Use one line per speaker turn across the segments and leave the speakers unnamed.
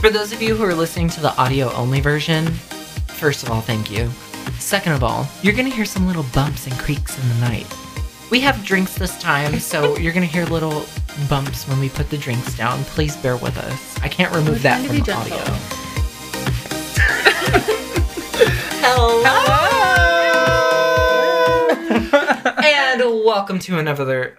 For those of you who are listening to the audio only version, first of all, thank you. Second of all, you're going to hear some little bumps and creaks in the night. We have drinks this time, so you're going to hear little bumps when we put the drinks down. Please bear with us. I can't remove
We're
that
trying to
from
be
audio.
gentle.
and welcome to another.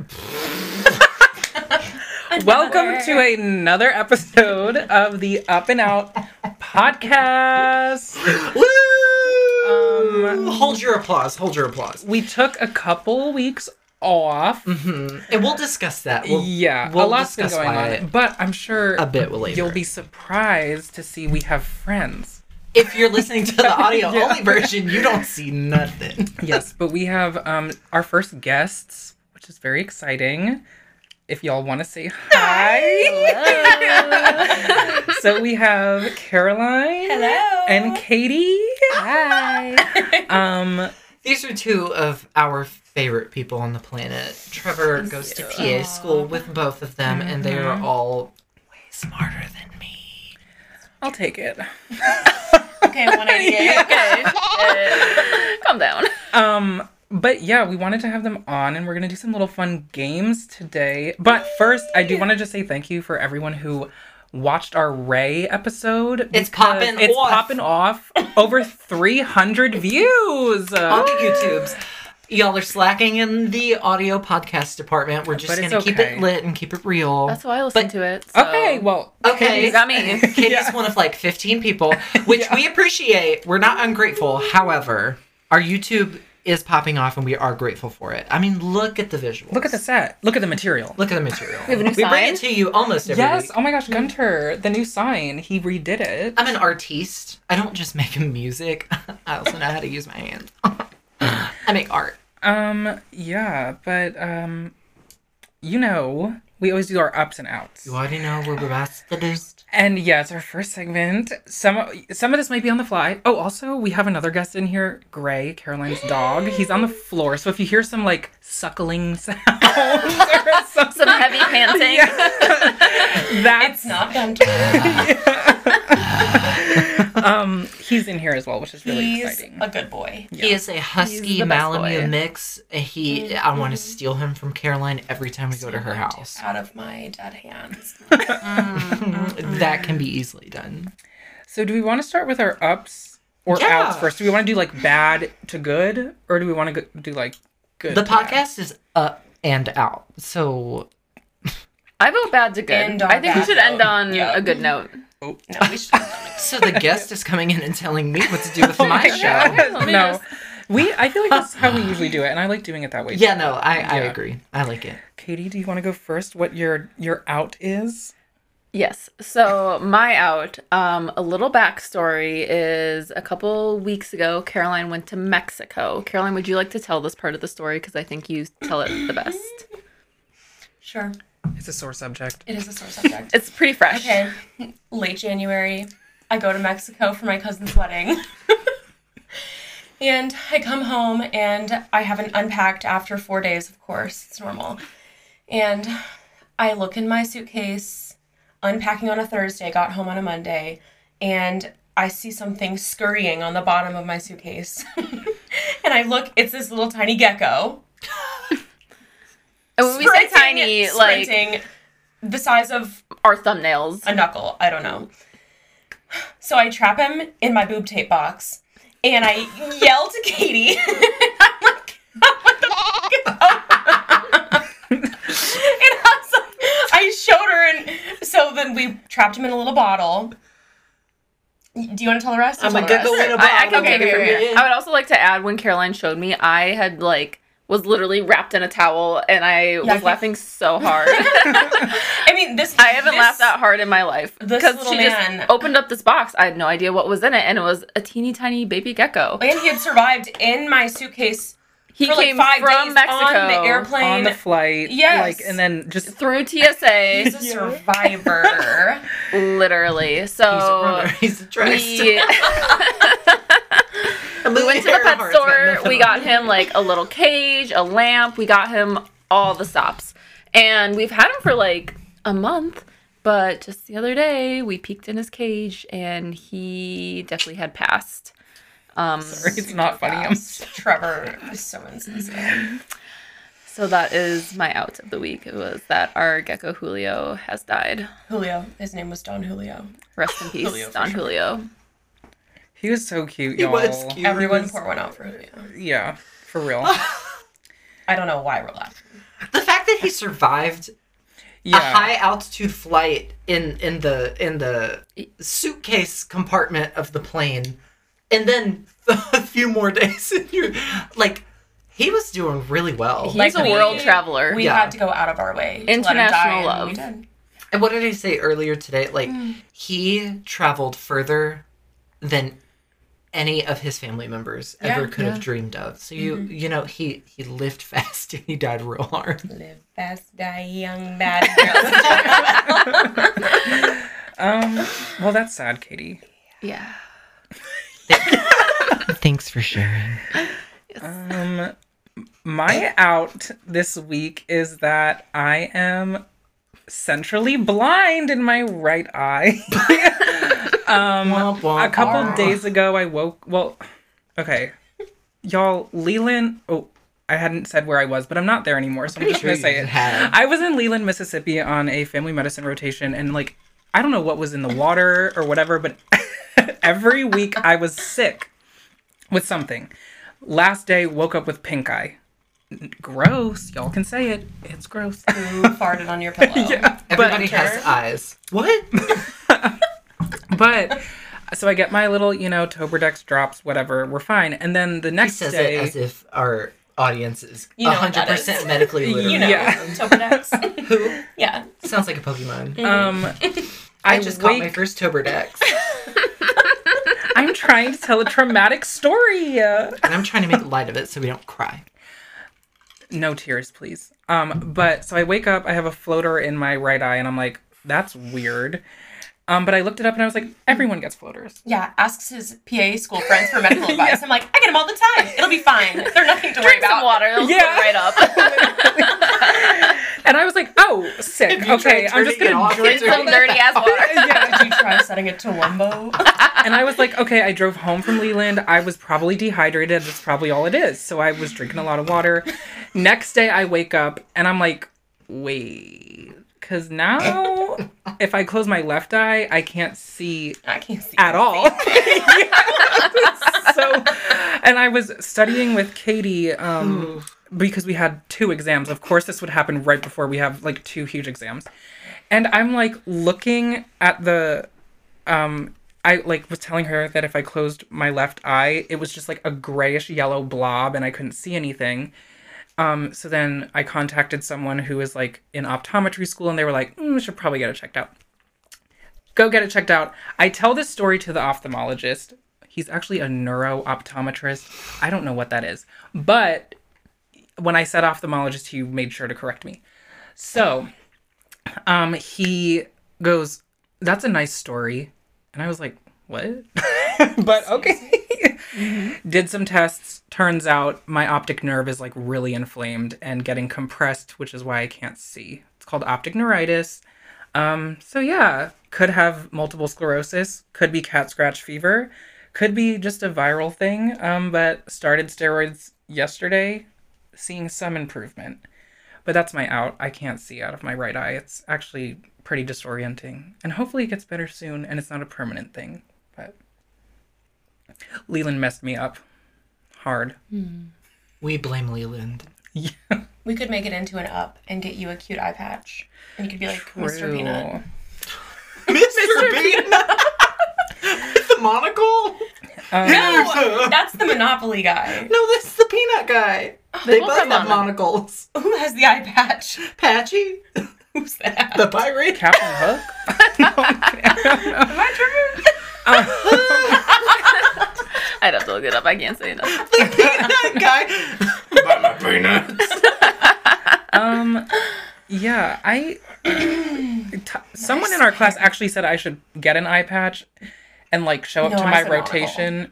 Welcome to another episode of the Up and Out podcast. Um,
Hold your applause. Hold your applause.
we took a couple weeks off.
hmm And we'll discuss that. We'll,
yeah,
we'll
a lot's been
discuss
going
why-
on, but I'm sure
a bit later.
you'll be surprised to see we have friends.
if you're listening to the audio
Yeah.
only version, you don't see nothing.
Yes, but we have um, our first guests, which is very exciting. If y'all want to say hi, so we have Caroline
Hello.
and Katie.
Hi.
Um,
These are two of our favorite people on the planet. Trevor goes to PA school with both of them, and they are all way smarter than me.
I'll take it.
okay, 188. Okay. Uh, calm down.
Um, but yeah, we wanted to have them on and we're gonna do some little fun games today. But first, I do want to just say thank you for everyone who watched our Ray episode.
It's
because
popping
It's
off.
popping off. Over 300 views.
On the YouTubes. Y'all are slacking in the audio podcast department. We're just
But it's
gonna keep it
okay.
lit and keep it real.
That's why I listen
But-
to it. so-
Okay, well,
Okay.
You got me.
Katie's
Yeah.
one of like 15 people, which we appreciate. We're not ungrateful. However, our YouTube is popping off and we are grateful for it. I mean, look at the visuals.
look at the set. Look at the material.
Look at the material.
We have a new
bring it
sign?
to you almost every
yes.
week.
Oh my gosh, Gunter, the new sign. He redid it.
I'm an artiste. I don't just make music. I also know how to use my hands. I make art.
Um, yeah, but um you know, we always do our ups and outs.
You already know we're ambassadors.
And yeah, it's our first segment. Some some of this might be on the fly. Oh, also we have another guest in here, Gray, Caroline's dog. He's on the floor, so if you hear some like suckling sounds or something,
Some heavy panting.
that's
Not done to
um he's in here as well, which is really exciting.
good boy.
He is a husky
the best
Malamute
boy. Mm-hmm.
mix. He, I want to steal him from Caroline every time we go to her house.
out of my dead hands.
that can be easily done.
So do we want to start with our ups or
Yeah.
outs first? Do we want to do like bad to good, or do we want to go- do like good?
The
to bad?
podcast is up and out. So
I vote bad to good.
End on
I think we
bad
should
note.
end on
Yeah.
a good note.
No, we should.
so the guest is coming in and telling me what to do with my
Oh God.
show.
Let me
no.
just-
We, I feel like that's how we usually do it, and I like doing it that way.
Yeah, no, I, I
Yeah.
agree. I like it.
Katie, do you want to go first? What your your out is?
Yes. So my out, um, a little backstory is a couple weeks ago, Caroline went to Mexico. Caroline, would you like to tell this part of the story? Because I think you tell it the best.
Sure.
It's a sore subject.
It is a sore subject.
It's pretty fresh.
Okay. Late January, I go to Mexico for my cousin's wedding. and I come home and I haven't unpacked after four days, of course. It's normal. And I look in my suitcase, unpacking on a Thursday, got home on a Monday, and I see something scurrying on the bottom of my suitcase. and I look, it's this little tiny gecko.
And when we say tiny, like
sprinting, the size of
our thumbnails.
a knuckle. I don't know. So I trap him in my boob tape box, and I yell to Katie. I'm like, "What the f- is up?" and I, was like, I showed her, and so then we trapped him in a little bottle. Do you want to tell the rest? or
I'm
tell
a
the
giggle
rest?
in a
I, I
bottle.
can take it from
Okay,
here. I would also like to add when Caroline showed me, I had like was literally wrapped in a towel and I was
Yucky.
laughing so hard.
I mean, this.
I haven't
this-
laughed that hard in my life
this
because
little
she
man-
just opened up this box. I had no idea what was in it, and it was a teeny tiny baby gecko.
And he had survived in my suitcase
He
for like
came
five
from
days
Mexico
on the airplane.
On the flight.
Yes.
Like and then just
through TSA,
He's a survivor.
literally.
He's a runner.
So
He's a
Uh, we,
we
went to the pet store. We got him like a little cage, a lamp. We got him all the stops, and we've had him for like a month. But just the other day, we peeked in his cage and he definitely had passed. Um,
It's not funny. I'm
Yes, Trevor is so insensitive.
so that is my out of the week. It was that our gecko Julio has died.
Julio, his name was Don Julio.
Rest in peace,
Julio, for
Don
sure.
Julio.
He was so cute,
He
y'all.
was cute.
Everyone pour one out for Julio.
Yeah, for real.
I don't know why we're laughing.
The fact that he survived
Yeah.
a high altitude flight in in the in the suitcase compartment of the plane, and then a few more days, and you're like, he was doing really well.
He's a
we-
world traveler.
We
Yeah.
had to go out of our way. to let him die,
International
and we
love.
did.
And what did he say earlier today? Like
Mm.
he traveled further than any of his family members ever
Yeah.
could have dreamed of. So you
Mm-hmm.
you know he he lived fast and he died real hard.
Live fast, die young, bad girl.
Um. Well, that's sad, Katie.
yeah.
Thanks for sharing.
Um, my out this week is that I am centrally blind in my right eye. um,
Womp womp
a couple
womp.
days ago, I woke. Well, okay, y'all, Leland. Oh, I hadn't said where I was, but I'm not there anymore, so I'm, just
sure
gonna
you
say it.
have.
I was in Leland, Mississippi, on a family medicine rotation, and like, I don't know what was in the water or whatever, but every week I was sick with something. Last day, woke up with pink eye. Gross. Y'all can say it. It's gross.
Who farted on your pillow?
Everybody has
Sure.
eyes. What?
But so I get my little, you know, Toberdex drops, whatever. We're fine. And then the
He
next
says
day,
it as if our audience is
You know what
hundred
that
percent
is.
medically literate.
You know,
Yeah.
Topodex.
Who
yeah.
sounds like a Pokemon?
um,
I,
I,
just caught
wake,
my first Toberdex,
I'm trying to tell a traumatic story.
and I'm trying to make light of it so we don't cry.
no tears please um but so i wake up i have a floater in my right eye and i'm like that's weird um but i looked it up and i was like everyone gets floaters
Yeah, asks his PA school friends for medical advice. I'm like, I get them all the time. It'll be fine. They're nothing to worry
Drink
about.
some water. It'll
Yeah.
yeah. right up.
and i was like oh sick
you
okay
tried
i'm just
turning it
gonna
off,
drink
it's
Some
some
dirty ass water.
Did you try setting it to Wumbo?
and i was like okay i drove home from leland i was probably dehydrated that's probably all it is so i was drinking a lot of water next day i wake up and i'm like wait because now if i close my left eye i can't see
I can't see.
at all. so, and I was studying with Katie um, because we had two exams. Of course, this would happen right before we have like two huge exams. And I'm like looking at the, um, I like was telling her that if I closed my left eye, it was just like a grayish yellow blob and I couldn't see anything. Um, so then I contacted someone who was like in optometry school and they were like, mm, we should probably get it checked out go get it checked out. I tell this story to the ophthalmologist. He's actually a neuro optometrist. I don't know what that is, but when I said ophthalmologist, he made sure to correct me. So, um, he goes, "That's a nice story," and I was like, "What?" but okay. Did some tests. Turns out my optic nerve is like really inflamed and getting compressed, which is why I can't see. It's called optic neuritis. Um, so yeah, could have multiple sclerosis, could be cat scratch fever, could be just a viral thing. Um, but started steroids yesterday, seeing some improvement. But that's my out. I can't see out of my right eye. It's actually pretty disorienting. And hopefully it gets better soon and it's not a permanent thing. But Leland messed me up hard.
We blame Leland.
We could make it into an up and get you a cute eye patch, and you could be like Mr. Peanut.
Mr. Bean. the monocle?
Um,
No, Ah, that's the Monopoly guy.
No, that's the peanut guy. They both have monocles.
Who has the eye patch?
Patchy,
Who's that?
the pirate.
Captain Hook?
Am I Trevor?
I'd have to look it up. I can't say enough.
The peanut guy.
um yeah i t- someone in our class actually said i should get an eye patch and like show up
No,
to
I
my
said monocle.
rotation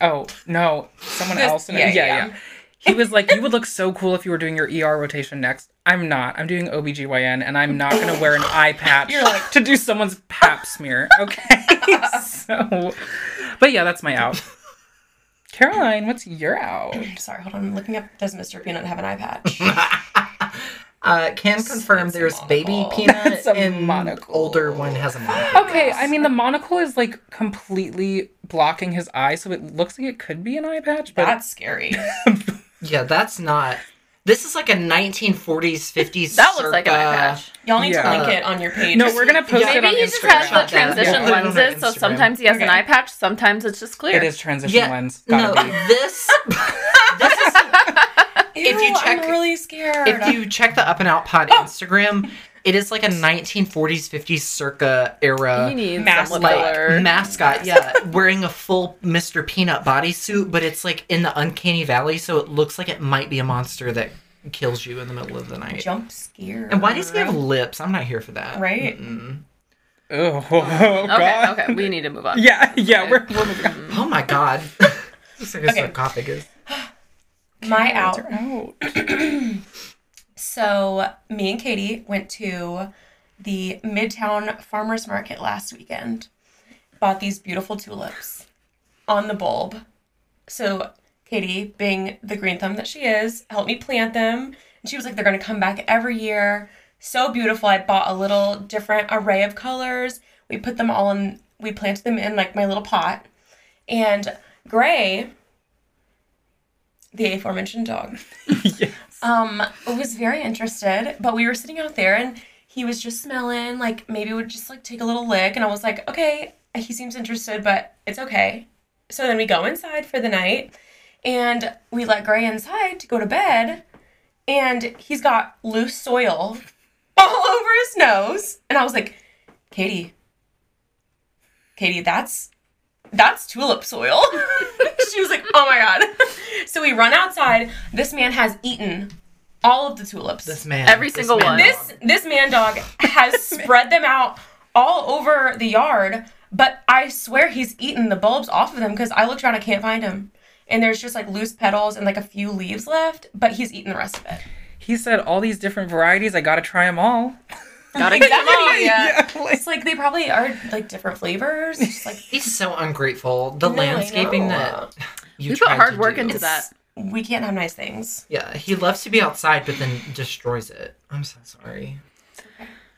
oh no someone
This-
else in
yeah,
yeah, yeah
yeah.
he was like you would look so cool if you were doing your er rotation next I'm not. I'm doing OBGYN and I'm not going to wear an eye patch
You're like-
to do someone's pap smear. Okay. so, but yeah, that's my out. Caroline, what's your out?
Sorry, hold on. I'm looking up. Does Mr. Peanut have an eye patch?
Uh, can confirm
It's a
there's baby
monocle.
peanut
That's a
and
monocle.
older one has a monocle.
Okay, I mean, the monocle is like completely blocking his eye, so it looks like it could be an eye patch, but
That's scary.
Yeah, that's not. This is like a 1940s, 50s.
That looks like an
circa-
eye patch.
Y'all need
Yeah.
to link it on your page.
no, we're going to post
Yeah.
it
Maybe
on
he
Instagram.
just has
Shot
the
that.
transition
Yeah, put it on
lenses, so
Instagram.
sometimes he has an
Okay.
eye patch, sometimes it's just clear.
It is transition
Yeah,
lens.
no,
Gotta be.
this. this is,
if you check, I'm really scared.
if you check the Up and Out
Oh.
Pod Instagram, it is like a 1940s, 50s circa era.
He needs
Mask
some lip
like
filler.
mascot, yeah, wearing a full Mr. Peanut bodysuit, but it's like in the uncanny valley, so it looks like it might be a monster that kills you in the middle of the night.
jump scare.
And why does he have lips? I'm not here for that.
Right.
Mm-mm.
Oh, oh,
okay,
God.
okay, we need to move on.
Yeah, yeah, we're, we're moving on.
Oh my god. It's like a
Okay.
sarcophagus.
my out?
They're out.
So me and Katie went to the Midtown Farmers Market last weekend. Bought these beautiful tulips on the bulb. So Katie, being the green thumb that she is, helped me plant them. And she was like, "They're gonna come back every year. So beautiful." I bought a little different array of colors. We put them all in. We planted them in like my little pot. And Gray, the aforementioned dog,
Yes.
um was very interested but we were sitting out there and he was just smelling like maybe would just like take a little lick and i was like okay he seems interested but it's okay so then we go inside for the night and we let gray inside to go to bed and he's got loose soil all over his nose and i was like katie katie that's that's tulip soil she was like oh my god so we run outside this man has eaten all of the tulips
This man.
Every
this
single
man
one.
dog.
this this man dog has spread them out all over the yard, but I swear he's eaten the bulbs off of them because I looked around, I can't find him. And there's just like loose petals and like a few leaves left, but he's eaten the rest of it.
He said all these different varieties. I gotta try them all.
Gotta get them all.
yeah.
like-
It's like they probably are like different flavors. It's like
He's so ungrateful. The
No, I
landscaping
know.
that you
We put
tried
hard
to
work
do.
into that.
we can't have nice things.
Yeah, he loves to be outside, but then destroys it. I'm so sorry.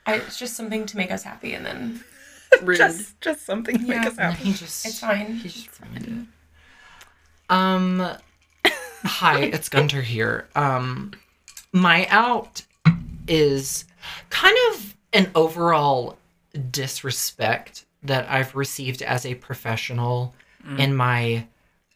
I, it's just something to make us happy, and then
Rude.
Just, just something to make
Yeah.
us happy.
He just
it's fine.
He just ruined it. Um, hi, it's Gunter here. Um, my out is kind of an overall disrespect that I've received as a professional in my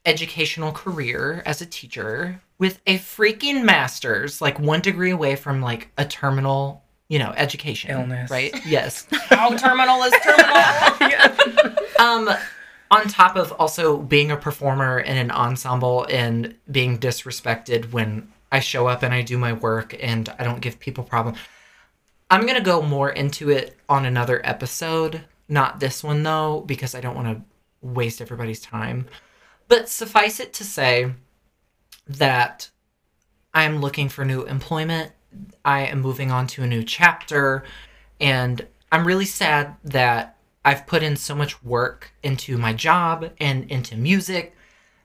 educational career as a teacher with a freaking master's, like one degree away from like a terminal, you know, education
Illness.
right? Yes.
How terminal is terminal?
um on top of also being a performer in an ensemble and being disrespected when I show up and I do my work and I don't give people problem. I'm going to go more into it on another episode, not this one though because I don't want to waste everybody's time. But suffice it to say that I'm looking for new employment. I am moving on to a new chapter and I'm really sad that I've put in so much work into my job and into music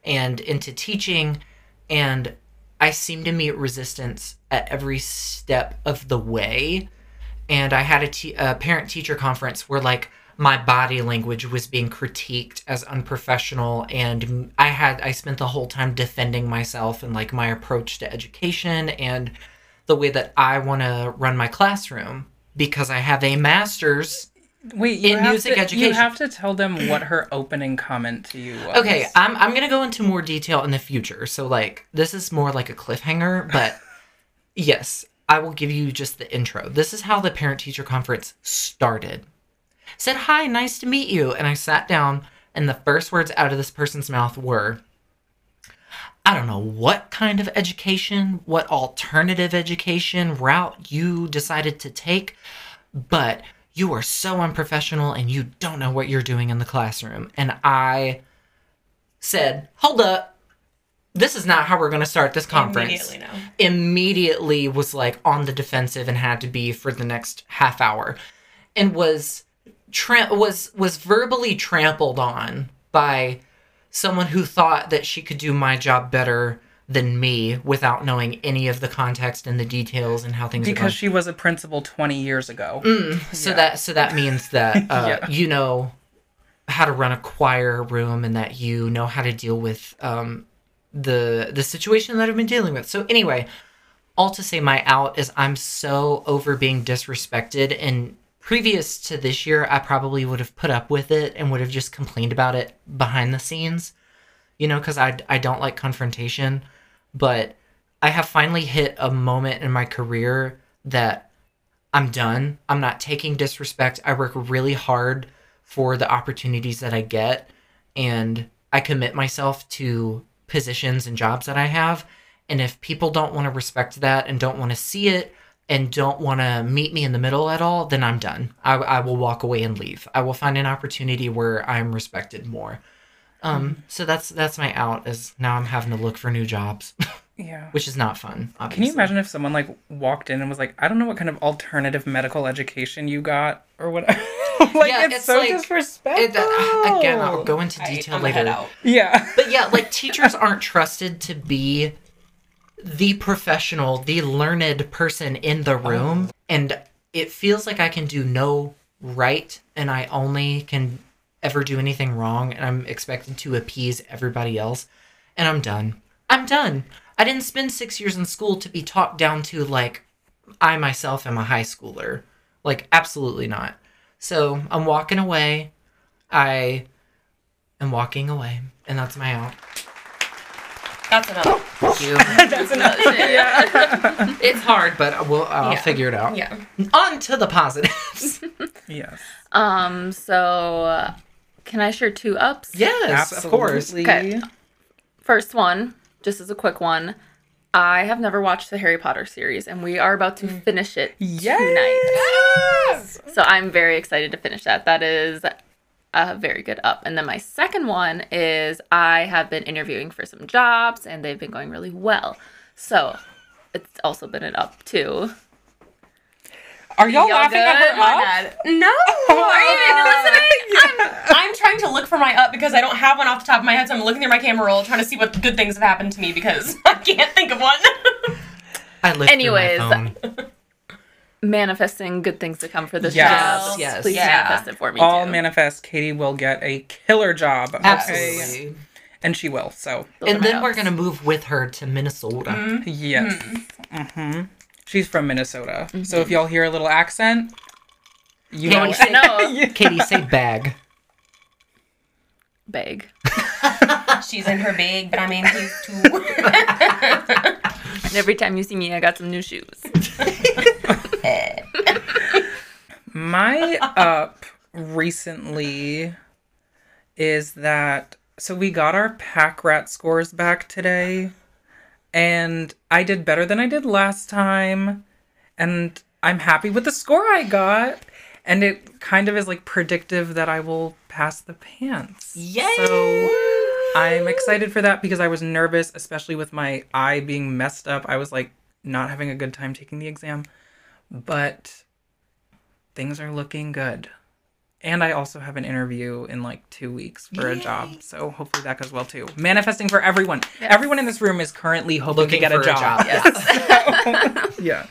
and into teaching and I seem to meet resistance at every step of the way and I had a, te- a parent teacher conference where like my body language was being critiqued as unprofessional and I had I spent the whole time defending myself and like my approach to education and the way that I want to run my classroom because I have a master's
Wait, you
In
have
music
to,
education.
You have to tell them what her opening comment to you was.
Okay, I'm I'm gonna go into more detail in the future. So like this is more like a cliffhanger, but yes, I will give you just the intro. This is how the parent teacher conference started. Said, Hi, nice to meet you. And I sat down and the first words out of this person's mouth were I don't know what kind of education, what alternative education route you decided to take, but you are so unprofessional and you don't know what you're doing in the classroom. And I said, Hold up. this is not how we're going to start this conference.
Immediately now.
immediately was like on the defensive and had to be for the next half hour and was tra- was was verbally trampled on by someone who thought that she could do my job better than me without knowing any of the context and the details and how things are
because she was a principal 20 years ago.
going. so that so that means that uh,
Yeah.
you know how to run a choir room and that you know how to deal with um, the the situation that I've been dealing with. So anyway, all to say my out is I'm so over being disrespected and previous to this year I probably would have put up with it and would have just complained about it behind the scenes. You know, cuz I I don't like confrontation, but I have finally hit a moment in my career that I'm done. I'm not taking disrespect. I work really hard for the opportunities that I get and I commit myself to positions and jobs that I have. And if people don't want to respect that and don't want to see it and don't want to meet me in the middle at all, then I'm done. I, I will walk away and leave. I will find an opportunity where I'm respected more. Um, so that's that's my out is now I'm having to look for new jobs,
Yeah.
which is not fun. Obviously.
Can you imagine if someone like walked in and was like, I don't know what kind of alternative medical education you got or what? like,
Yeah,
it's,
it's
so
like- it-
disrespectful.
It, uh, again, I'll go into
Right,
detail
I'm
later.
head out.
yeah.
But yeah, like teachers aren't trusted to be the professional, the learned person in the room. And it feels like I can do no right and I only can ever do anything wrong. And I'm expected to appease everybody else. And I'm done. I'm done. I didn't spend six years in school to be talked down to like I myself am a high schooler. Like, absolutely not. So I'm walking away. I am walking away. And that's my out.
That's enough.
Thank you.
That's enough. yeah.
It's hard, but we'll, I'll
Yeah.
figure it out.
Yeah.
On to the positives.
Yes.
Um, so uh, can I share two ups?
yes, of course.
Okay. First one, just as a quick one. I have never watched the Harry Potter series, and we are about to
Mm.
finish it tonight.
Yes.
So I'm very excited to finish that. That is a very good up. And then my second one is I have been interviewing for some jobs, and they've been going really well. So it's also been an up too.
Are y'all,
Y'all
laughing at
good?
her
My
up?
bad.
No, are you even listening? I'm, I'm trying to look for my up because I don't have one off the top of my head, so I'm looking through my camera roll trying to see what good things have happened to me because I can't think of one.
I live
Anyways.
through my phone.
Manifesting good things to come for this
Yes.
job.
Yes.
Please
Yeah.
manifest it for me.
All
too.
manifest. Katie will get a killer job. okay?
Absolutely.
And she will. So,
Those are
And
my
then we're
ups. Mm-hmm.
going to move with her to Minnesota.
yes. hmm She's from Minnesota. So, if y'all hear a little accent, you
Mm-hmm. Yeah, we
know. it.
should
know.
Yeah.
Katie, say bag.
bag.
She's in her bag, but I'm in his too.
And every time you see me, I got some new shoes.
My up recently is that so we got our pack rat scores back today, and I did better than I did last time, and I'm happy with the score I got, and it kind of is like predictive that I will pass the pants.
Yay!
So I'm excited for that because I was nervous, especially with my eye being messed up. I was like not having a good time taking the exam, but things are looking good. And I also have an interview in like two weeks for a job. So hopefully that goes well too. Manifesting for everyone. Everyone in this room is currently hoping
Looking
to get
for
a job.
Yes.
Yeah.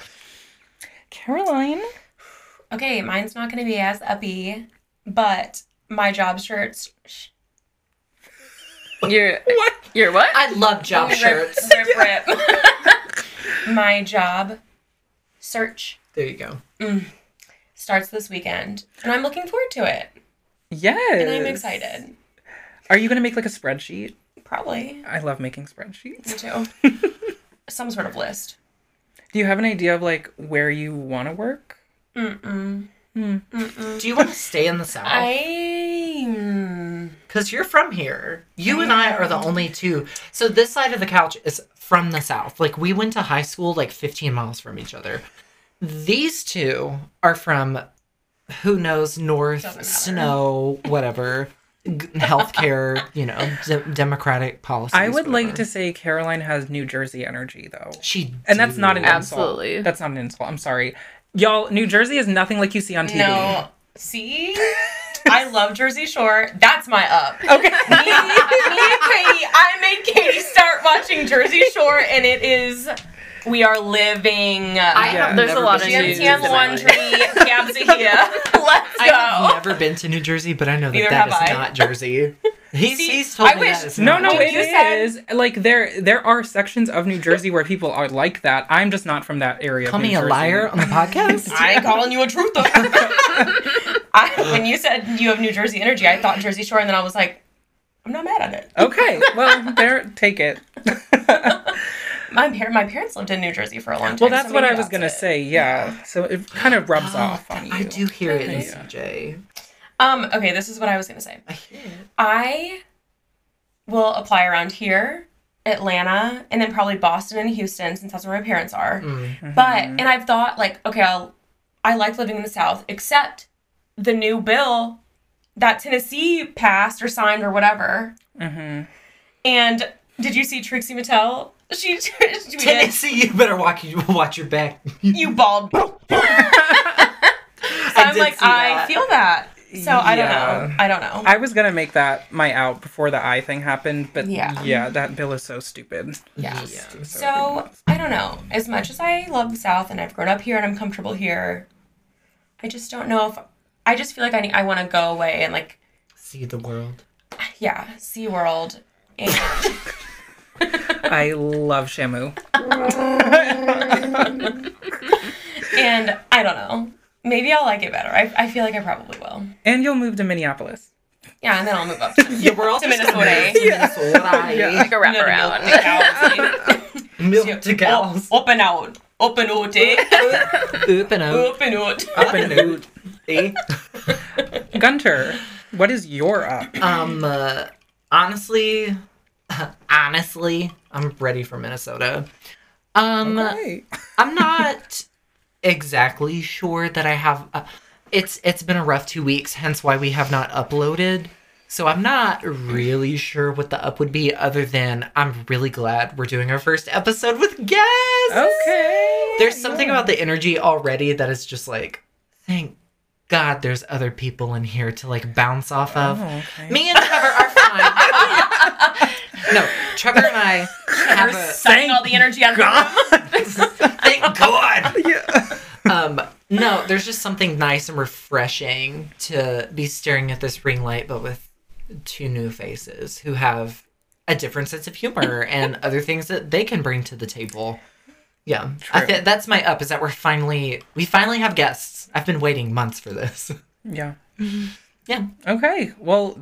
Caroline.
Okay, mine's not going to be as uppy, but my job shirts. Sh-
You're what? You're what?
I love job shirts.
Rip, rip, rip. my job search
There you go.
starts this weekend, and I'm looking forward to it.
Yes.
And I'm excited.
Are you gonna make like a spreadsheet?
Probably.
I love making spreadsheets.
Me too. Some sort of list.
Do you have an idea of like where you want to work?
Do you want to stay in the South?
I. mm,
Because you're from here. You and I are the only two. So this side of the couch is from the South. Like, we went to high school like 15 miles from each other. These two are from who knows, north,
matter.
snow, whatever. g- healthcare, you know, de- democratic policies.
I would like
whatever.
to say Caroline has New Jersey energy, though.
She
And that's not an
did.
Absolutely.
insult. That's not an insult. I'm sorry. Y'all, New Jersey is nothing like you see on TV.
No. See? I love Jersey Shore. That's my up. Me,
Okay.
me and Katie, I made Katie start watching Jersey Shore, and it is. We are living.
I
Yeah,
have
there's a
never
lot of
been to
news
New
GMTM
in
Jersey.
my life.
Laundry, Cabzahia. Let's
I
go.
have never been to New Jersey, but I know that
Neither
that is
have I.
not Jersey. He's,
See,
he's told
I
me
wish-
that it's
No,
not
no,
Dude,
it
Jersey.
you
is. Like there, there are sections of New Jersey where people are like that. I'm just not from that area. of
Call
New
me a
Jersey.
liar on the podcast.
I ain't calling you a truther. I, when you said you have New Jersey energy, I thought Jersey Shore, and then I was like, I'm not mad at it.
Okay, well, there, take it.
My, par- my parents lived in New Jersey for a long time.
Well, that's
so
what
maybe
I was gonna
it.
say. Yeah, so it kind of rubs
Oh,
off on you.
I do hear it in
Yeah.
CJ.
Um, okay, this is what I was gonna say.
I hear it.
I will apply around here, Atlanta, and then probably Boston and Houston, since that's where my parents are.
Mm.
But and I've thought like, okay, I'll I like living in the South, except the new bill that Tennessee passed or signed or whatever. And did you see Trixie Mattel? She tweeted,
Tennessee, you better walk, you watch your back.
"You bald." so I'm
did
like,
see
I
that.
feel that. So I don't know.
Yeah.
I don't know.
I was gonna make that my out before the eye thing happened, but
Yeah.
yeah, that bill is so stupid.
yeah.
Yeah.
So I don't know. As much as I love the South and I've grown up here and I'm comfortable here, I just don't know if I just feel like I need, I want to go away and like
See the world.
yeah, Sea World. And
I love Shamu.
and I don't know. Maybe I'll like it better. I, I feel like I probably will.
And you'll move to Minneapolis.
Yeah, and then I'll move up to, the world to Minnesota.
Minnesota.
Like a wraparound.
Milk to cows.
Up and out. Up and out, eh?
Oop and oop.
Up and out.
Up and oop. Eh?
Gunter, what is your up?
Um, uh, honestly, honestly, I'm ready for Minnesota. Um,
Okay.
I'm not exactly sure that I have. Uh, it's it's been a rough two weeks, hence why we have not uploaded. So I'm not really sure what the up would be, other than I'm really glad we're doing our first episode with guests.
Oh, Okay.
There's something about the energy already that is just like, thank God there's other people in here to like bounce off of.
okay.
Me and Trevor are fine. no, Trevor and I have a
Sucking all the energy out of the room.
thank God.
Yeah.
Um, no, there's just something nice and refreshing to be staring at this ring light, but with two new faces who have a different sense of humor and other things that they can bring to the table. Yeah, I
True.
thi- that's my up. Is that we're finally we finally have guests. I've been waiting months for this.
Yeah.
Yeah.
Okay. Well,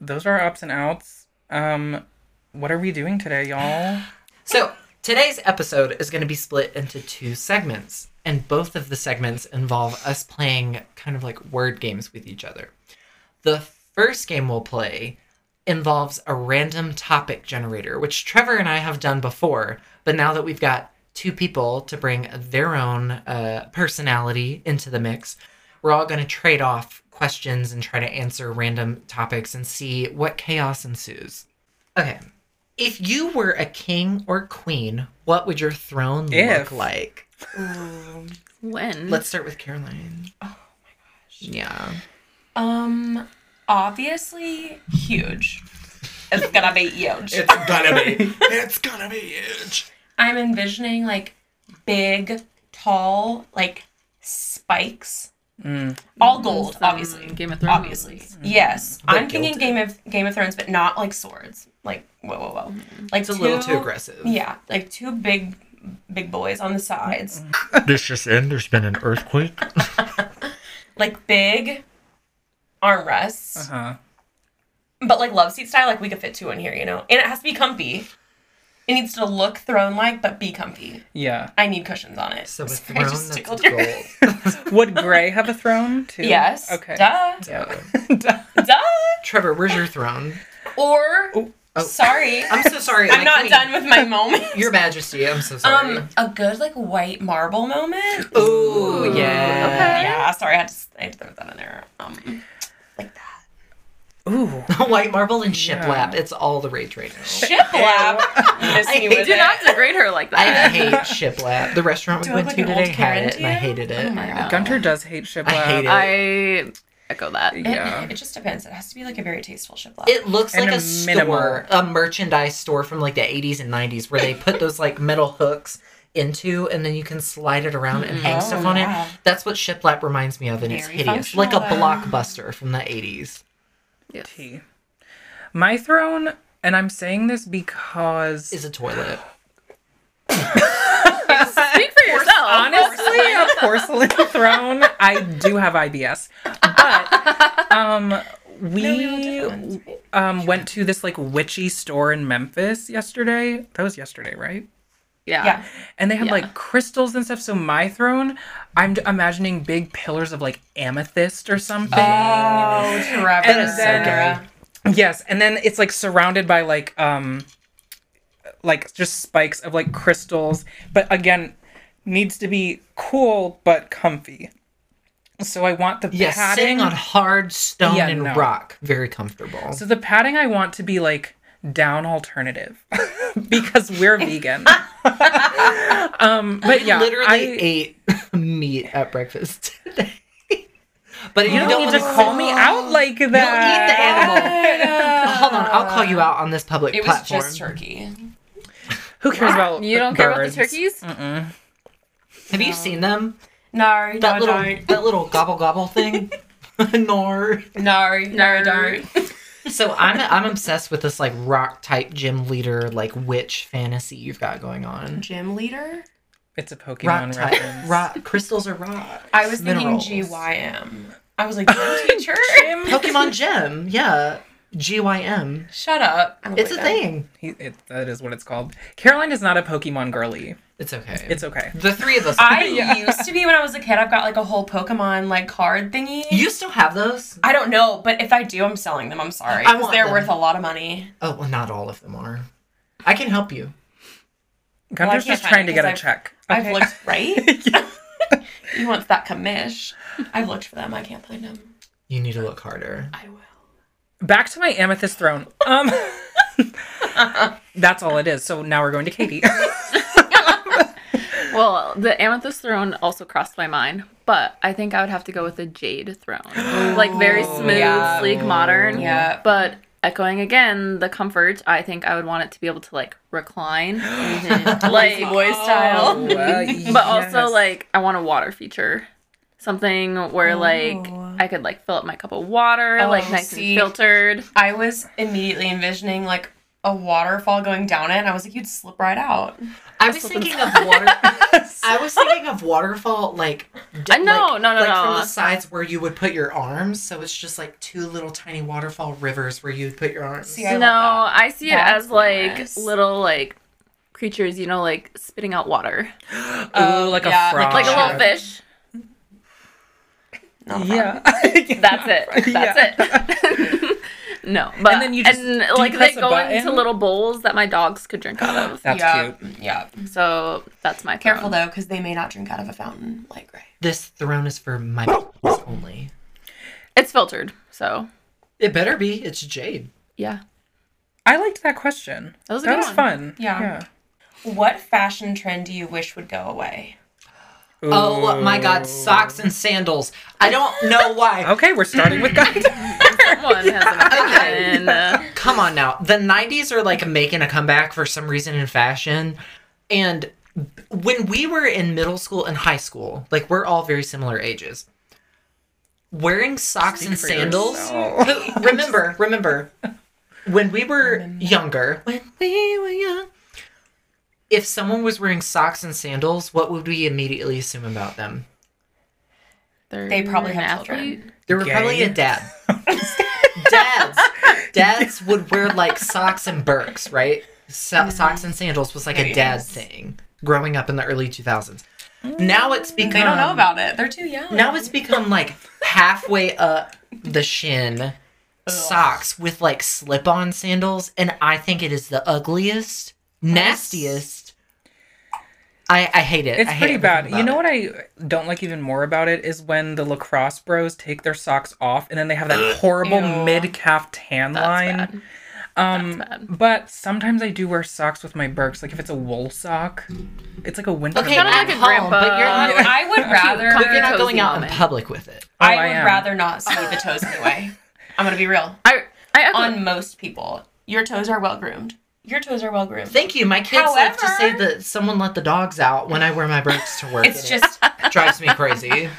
those are our ups and outs. Um, what are we doing today, y'all?
So today's episode is going to be split into two segments, and both of the segments involve us playing kind of like word games with each other. The first game we'll play involves a random topic generator, which Trevor and I have done before, but now that we've got two people to bring their own uh, personality into the mix, we're all going to trade off questions and try to answer random topics and see what chaos ensues. Okay. If you were a king or queen, what would your throne look
If.
like?
When?
Let's start with Caroline. Oh my gosh. Yeah.
Um, obviously huge. It's gonna be huge.
gonna be. It's gonna be huge.
I'm envisioning like big, tall, like spikes.
Mm.
All gold, obviously.
Game of Thrones.
Obviously. Yes. I'm thinking
gilded.
Game of Game of Thrones, but not like swords. Like whoa whoa whoa.
Mm-hmm.
Like
It's a little too aggressive.
Yeah. Like two big big boys on the sides.
Mm-hmm.
This just in, there's been an earthquake.
Like big armrests.
Uh-huh.
But like love seat style, like we could fit two in here, you know? And it has to be comfy. It needs to look throne like, but be comfy.
Yeah.
I need cushions on it.
So a
Sorry,
throne
just
that's
tickled
gold.
your-
Would Gray have a throne too?
Yes.
Okay.
Duh.
Yeah.
Duh.
Trevor, where's your throne?
Or
Oh.
sorry,
I'm
I'm,
so sorry. my
not
queen.
done with my moment.
Your Majesty, I'm so sorry.
Um, a good like white marble moment.
oh yeah.
Yeah, sorry, I had to I had to throw that in there. Um, like that.
Ooh.
White marble and shiplap. It's all the rage right now.
Shiplap.
I
Missy
hate
with
Do
it.
not degrade her like
I
that.
hate shiplap. The restaurant we
Do I
went
look
to
like an
today had
old Karen
it,
to
and I
you?
hated it.
Oh my god.
Gunter does hate shiplap.
I hate it.
I echo that.
It-
Yeah.
It just depends. It has to be like a very tasteful shiplap.
It looks
And
like
a
a
minimal.
store, a merchandise store from like the 80s and 90s where they put those like metal hooks into and then you can slide it around and hang
Oh,
stuff on
wow.
it. That's what shiplap reminds me of and it's
Very
hideous.
functional,
Like a
though.
blockbuster from the 80s.
Yes.
Tea. My throne, and I'm saying this because
Is a toilet.
Speak for yourself.
honestly, a porcelain throne. I do have IBS, but um, we,
No, we all did ones, right?
um went to this like witchy store in Memphis yesterday. That was yesterday, right?
Yeah.
Yeah.
And they had
Yeah.
like crystals and stuff. So my throne, I'm d- imagining big pillars of like amethyst or something.
Oh, Trevor.
And is so
then- uh,
uh, Yes, and then it's like surrounded by like um like just spikes of like crystals, but again, needs to be cool but comfy. So I want the
Yes,
padding
sitting on hard stone
Yeah,
and
no.
rock. Very comfortable.
So the padding I want to be like down alternative because we're vegan. um but yeah,
Literally
I-
ate meat at breakfast today. but
you don't need to call me out like
You'll eat the
that.
animal. Hold on, I'll call you out on this public
It was
platform.
just turkey.
Who cares about
You don't care about
birds?
the turkeys?
Have you seen them?
No,
that
no,
little
no.
that little gobble gobble thing. Nor.
No, no,
No.
no.
So I'm I'm obsessed with this like rock type gym leader like witch fantasy you've got going on.
Gym leader?
It's a
Rock
Pokemon
type
reference.
rock crystals are rock.
I was
Minerals.
thinking GYM. I was like, gym teacher?
Pokemon gym, yeah. GYM.
Shut up.
It's a thing.
He, it, that is what it's called. Caroline is not a Pokemon girly.
It's okay.
It's okay.
the three of us.
I used to be when I was a kid. I've got like a whole Pokemon like card thingy.
you still have those?
I don't know, but if I do, I'm selling them. I'm sorry.
I
'cause
want
they're
them.
worth a lot of money.
Oh well, not all of them are. I can help you.
can't
Gunter's just trying
find
to
it
get a
'cause
check.
I've looked right. you want that commish? I've looked for them. I can't find them.
You need to look harder.
I will.
Uh, Back to my amethyst throne. Um, that's all it is. So now we're going to Katie.
Oh, Well, the amethyst throne also crossed my mind, but I think I would have to go with the jade throne. like very smooth,
yeah.
sleek, modern.
Yeah.
But echoing again the comfort, I think I would want it to be able to like recline, like
Boy style.
but also like I want a water feature. Something where like
Oh.
I could like fill up my cup of water,
Oh,
like nice
see.
and filtered.
I was immediately envisioning like a waterfall going down it, and I was like, you'd slip right out.
I was thinking of water. I was thinking of waterfall, like d-
I know,
like,
Uh, no, no,
like
no.
from the sides where you would put your arms. So it's just like two little tiny waterfall rivers where you'd put your arms.
See, I love
no,
that.
I see it
That's
as like
nice.
little like creatures, you know, like spitting out water,
oh, like
yeah,
a frog.
um, like a
Sure.
little fish.
Not a problem.
Yeah. yeah.
That's it. That's it. no, but
then you just-
and,
do you
like they
press a
go into
button?
little bowls that my dogs could drink out of.
That's
yeah.
cute.
Yeah.
So that's my
Careful
throne.
though, because they may not drink out of a fountain like Gray.
This throne is for my only.
It's filtered, so
It better be. It's jade.
yeah.
I liked that question.
That was a
that
good
was
one.
fun.
Yeah. What fashion trend do you wish would go away?
yeah.
Oh my god, socks and sandals. I don't know why.
Okay, we're starting with Gunter.
Someone has an opinion.
Come on now. The 90s are like making a comeback for some reason in fashion. And when we were in middle school and high school, like we're all very similar ages. Wearing socks and
for
sandals.
yourself.
Wait, remember, remember, when we were younger, when we were young, if someone was wearing socks and sandals, what would we immediately assume about them?
They probably have children.
They were
Gay.
probably a dad. dads, dads would wear like socks and Birks, right? So- Socks and sandals was like a dad
Yes.
thing growing up in the early 2000s. Now it's become
They don't know about it. They're too young.
Now it's become like halfway up the shin socks with like slip on sandals. And I think it is the ugliest, nastiest, I, I hate it.
It's
I hate
pretty
everything
bad. You
about
know
it.
what I don't like even more about it is when the lacrosse bros take their socks off and then they have that horrible
Ew.
mid calf tan line.
bad.
Um
bad.
but sometimes I do wear socks with my Birks. Like if it's a wool sock, it's like a winter
Okay,
Kinda
one.
at
like a
home, but you're
grandpa.
not,
Um, I would rather.
comfy,
you're not
cozy
going out in
moment.
public with it.
Oh,
I
I
would
am.
rather not see the toes anyway. I'm gonna be real.
I I echo,
On most people, your toes are well groomed. Your toes are well groomed.
Thank you. My kids like to say
However-
that someone let the dogs out when I wear my brakes to work.
It's
and
just
it drives me crazy.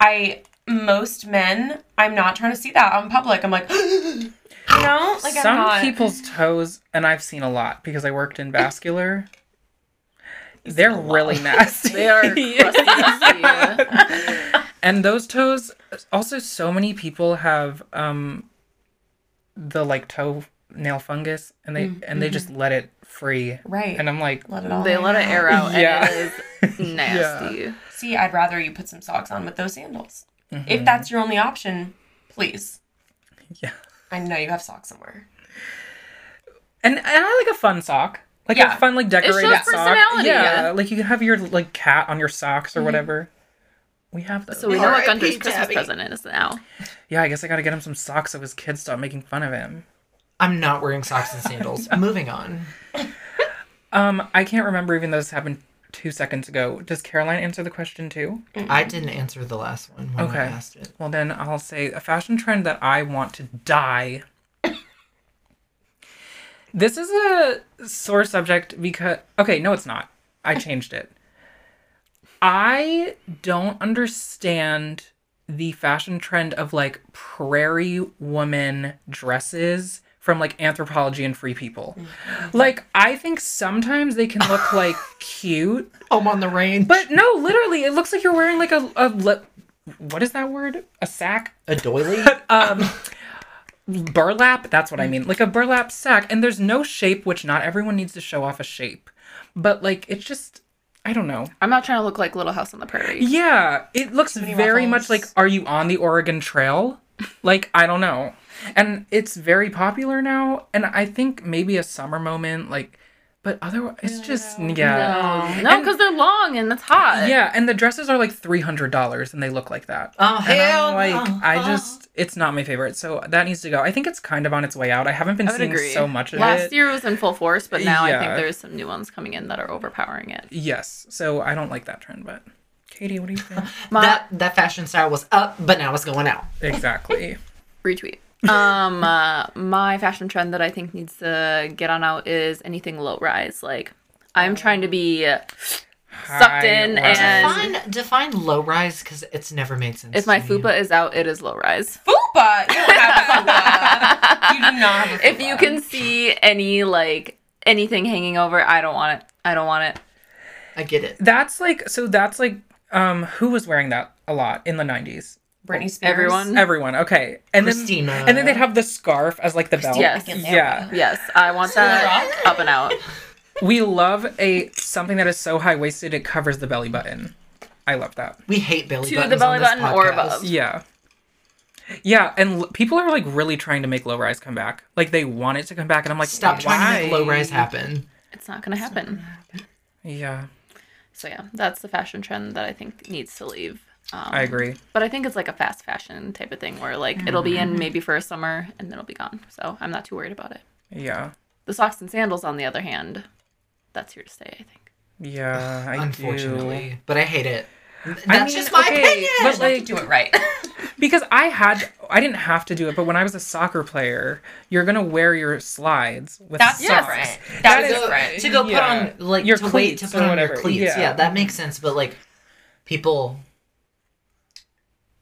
I most men. I'm not trying to see that on public. I'm like, you know, like
Some
I'm not.
people's toes, and I've seen a lot because I worked in vascular. They're really nasty.
they are crusty. yeah.
And those toes, also, so many people have um the like toe nail fungus, and they and they just let it free.
Right.
And I'm like,
let it all.
They let it air out,
Yeah.
and it is nasty.
See, I'd rather you put some socks on with those sandals.
Mm-hmm.
If that's your only option, please.
yeah.
I know you have socks somewhere.
And and I like a fun sock, like
Yeah.
a fun like decorated
shows
sock.
personality,
Yeah.
yeah.
Like you can have your like cat on your socks or whatever. We have those.
So we know what
R.I.P.
Gunter's Christmas
Tabby.
present is now.
yeah, I guess I gotta get him some socks so his kids stop making fun of him.
I'm not wearing socks and sandals. Moving on.
Um, I can't remember even though this happened two seconds ago. Does Caroline answer the question too?
I didn't answer the last one when
Okay.
I asked it.
Well, then I'll say a fashion trend that I want to die. this is a sore subject because. Okay, no, it's not. I changed it. I don't understand the fashion trend of like prairie woman dresses from like anthropology and free people. Like, I think sometimes they can look like cute,
Home on the range.
but no, literally, it looks like you're wearing like a, a le- what is that word? A sack?
a doily.
burlap that's
Mm.
what i mean like a burlap sack and there's no shape which not everyone needs to show off a shape but like it's just i don't know
I'm not trying to look like Little House on the Prairie.
yeah it looks
many
very
ruffles.
much like are you on the oregon trail like i don't know and it's very popular now and i think maybe a summer moment like but otherwise it's just yeah Uh,
No, because they're long and that's hot.
yeah and the dresses are like $300 and they look like that
Oh
and
hell!
I'm like,
no.
I just, it's not my favorite. So that needs to go. I think it's kind of on its way out. I haven't been
I would
seeing
agree.
so much of
Last
it.
year was in full force, but now I think
Yeah.
there's some new ones coming in that are overpowering it.
Yes. So I don't like that trend, but Katie, what do you think?
My
that that fashion style was up, but now it's going out.
exactly.
retweet. Um, uh, my fashion trend that I think needs to get on out is anything low rise. Like I'm trying to be. Sucked in
High-rise.
and-
Define define low rise because it's never made sense.
If my
to me.
fupa is out, it is low rise.
Fupa. You don't have a fupa. You do not have a fupa.
If you can see any like anything hanging over, I don't want it. I don't want it.
I get it.
That's like, so that's like, um, who was wearing that a lot in the 90s?
Britney Spears.
Everyone.
Everyone. Okay. And
Mm-hmm. Christina.
then, and then they'd have the scarf as like the belt.
Yes.
Yeah.
Yes, I want that up and out.
We love a, something that is so high waisted, it covers the belly button. I love that.
We hate belly
To the
buttons.
belly
on this
button or
podcast.
above.
Yeah. Yeah, and l- people are like really trying to make low rise come back. Like they want it to come back, and I'm like,
Stop
Why?
trying to make low rise happen.
It's not gonna happen.
Yeah,
So yeah, that's the fashion trend that I think needs to leave. Um,
I agree. Mm-hmm.
But I think it's like a fast fashion type of thing where like it'll be in maybe for a summer and then it'll be gone. So I'm not too worried about it.
Yeah,
The socks and sandals, on the other hand, that's here to stay. I think.
yeah. I
unfortunately,
do.
but I hate it. That's
mean,
just my
okay,
opinion.
but,
Like,
like-
do it right.
because I had, I didn't have to do it, but when I was a soccer player, you're gonna wear your slides with
That's
socks.
different. That,
That
is
is-
different.
to go put
Yeah.
on like
Your
to wait to
cleats
put
or
on
whatever,
your cleats. Yeah.
yeah.
that makes sense. But like, people,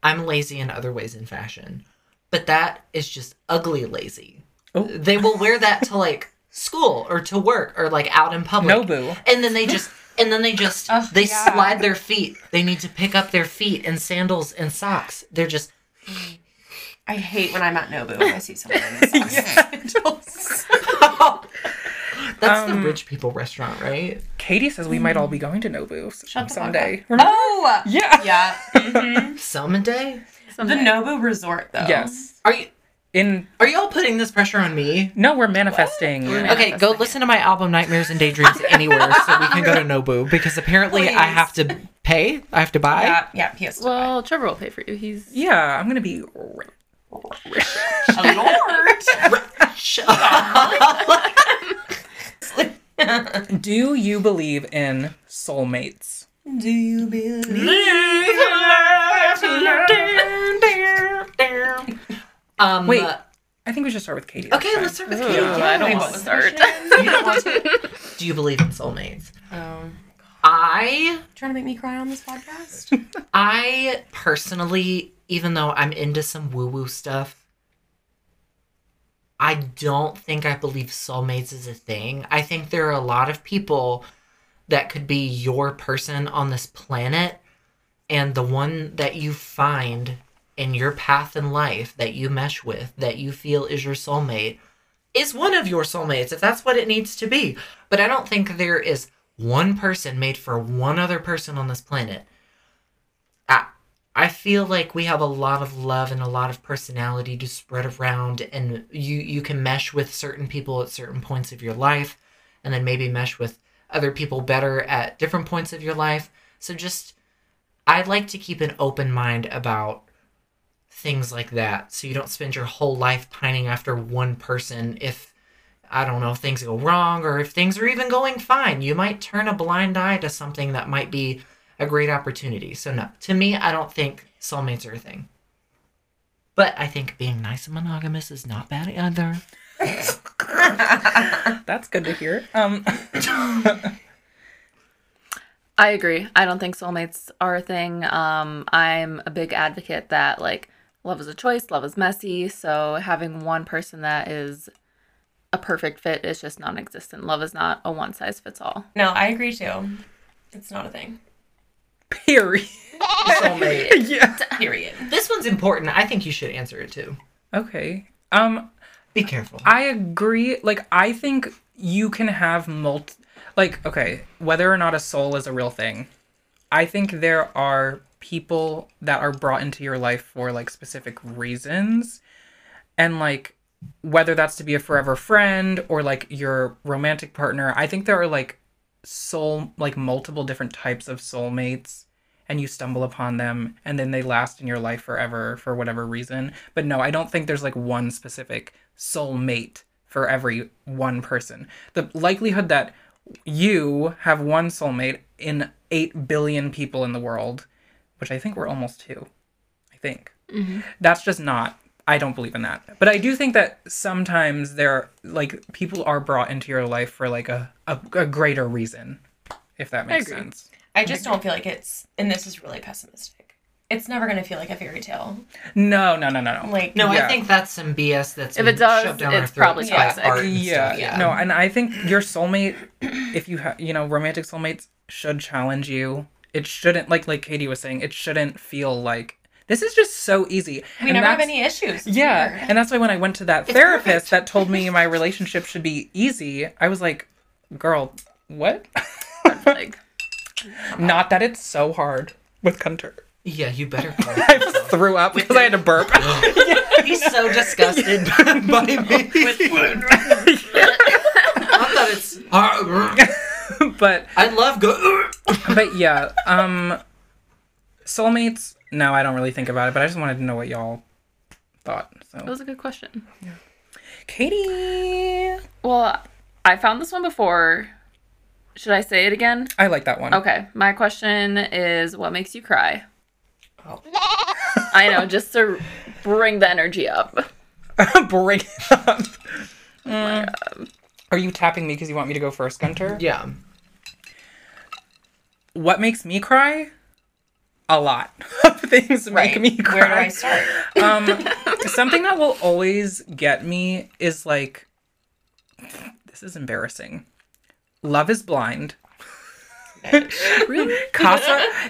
I'm lazy in other ways in fashion, but that is just ugly lazy.
Oh.
They will wear that to like school or to work or like out in public.
Nobu.
and then they just. And then they just
Ugh,
they
yeah.
slide their feet. They need to pick up their feet and sandals and socks. They're just
I hate when I'm at Nobu and I see someone in the socks.
That's the
Um,
rich people restaurant, right?
Katie says we might all be going to Nobu s-
Mm. Shut the fuck
someday. Remember?
Oh.
Yeah.
Yeah. mhm.
Someday?
The
Someday.
Nobu Resort though.
Yes.
Are you
in
Are y'all putting this pressure on me?
no, we're manifesting.
We're
Okay, go
Manifesting.
listen to my album Nightmares and Daydreams anywhere so we can go to Nobu because apparently I have to pay. I have to buy.
yeah, yeah, he has to
Well, Trevor will pay for you. He's
Yeah, I'm gonna be. rich. Do you believe in soulmates?
Do you believe?
Um,
Wait, I think we should start with Katie.
Okay, let's start with Katie.
Ooh, I don't want to start.
You don't want to- Do you believe in soulmates?
Um,
I
trying to make me cry on this podcast?
I personally, even though I'm into some woo-woo stuff, I don't think I believe soulmates is a thing. I think there are a lot of people that could be your person on this planet, and the one that you find in your path in life that you mesh with, that you feel is your soulmate, is one of your soulmates, if that's what it needs to be. But I don't think there is one person made for one other person on this planet. I I feel like we have a lot of love and a lot of personality to spread around and you you can mesh with certain people at certain points of your life and then maybe mesh with other people better at different points of your life. So just I like to keep an open mind about things like that so you don't spend your whole life pining after one person if I don't know if things go wrong or if things are even going fine. You might turn a blind eye to something that might be a great opportunity. So no, to me, I don't think soulmates are a thing. But I think being nice and monogamous is not bad either.
That's good to hear. Um,
I agree. I don't think soulmates are a thing. Um, I'm a big advocate that like love is a choice, love is messy. So having one person that is a perfect fit is just non-existent. Love is not a one size fits all.
no, I agree too. It's not a thing.
period.
Soulmate.
yeah.
Period.
This one's important. I think you should answer it too.
Okay. Um,
Be careful.
I agree. Like, I think you can have multi. Like, okay, whether or not a soul is a real thing, I think there are people that are brought into your life for like specific reasons. And like, whether that's to be a forever friend or like your romantic partner, I think there are like soul, like multiple different types of soulmates. And you stumble upon them, and then they last in your life forever for whatever reason. But no, I don't think there's like one specific soulmate for every one person. The likelihood that you have one soulmate in 8 billion people in the world, which I think we're almost two, I think. That's just not, I don't believe in that. But I do think that sometimes there, like, people are brought into your life for like a, a, a greater reason, if that makes
agree.
sense.
I just don't feel like it's, and this is really pessimistic. It's never gonna feel like a fairy tale.
No, no, no, no, no.
Like
no, I
Yeah.
think that's some BS that's
If
been
it does,
shoved down our
it's
throats
probably
by
toxic.
art and
yeah,
stuff, yeah.
no and i think your soulmate if you have you know romantic soulmates should challenge you it shouldn't like like katie was saying it shouldn't feel like this is just so easy
we
And
never have
that's-
any issues. It's
yeah
weird.
and that's why when i went to that therapist that told me my relationship should be easy i was like girl what
Like
not that it's so hard with Gunter.
Yeah, you better.
I just threw up because I had to burp.
He's so disgusted by me. I thought it's. uh,
but
I love go.
but yeah, um soulmates. No, I don't really think about it, but I just wanted to know what y'all thought.
that
So
was a good question.
Katie,
Well, I found this one before. Should I say it again?
I like that one.
Okay. My question is what makes you cry?
Oh.
I know, just to bring the energy up.
Bring it up.
Oh
Mm. Are you tapping me because you want me to go first, Gunter?
Yeah.
What makes me cry? A lot of things
right.
make me cry.
Where do I start?
um something that will always get me is like this is embarrassing love is blind casa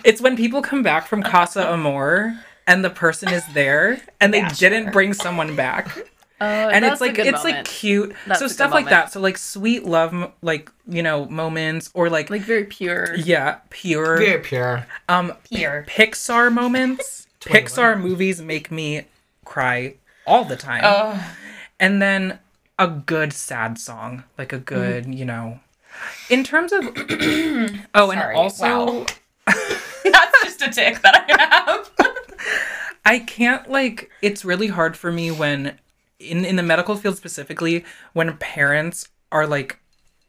it's when people come back from casa amor and the person is there and they
Yeah,
didn't
sure.
bring someone back
Oh,
and
that's
it's
a
like
good
it's like
moment.
cute
That's a
so
good
stuff like
moment.
that so like sweet love mo- like you know moments or like,
like very pure.
yeah pure
Very pure.
um
Here.
Pixar moments. Pixar movies make me cry all the time.
Ugh.
and then a good sad song, like a
Mm-hmm.
good, you know. In terms of oh, and
Sorry,
also
wow. That's just a tick that I have.
I can't like it's really hard for me when in in the medical field specifically when parents are like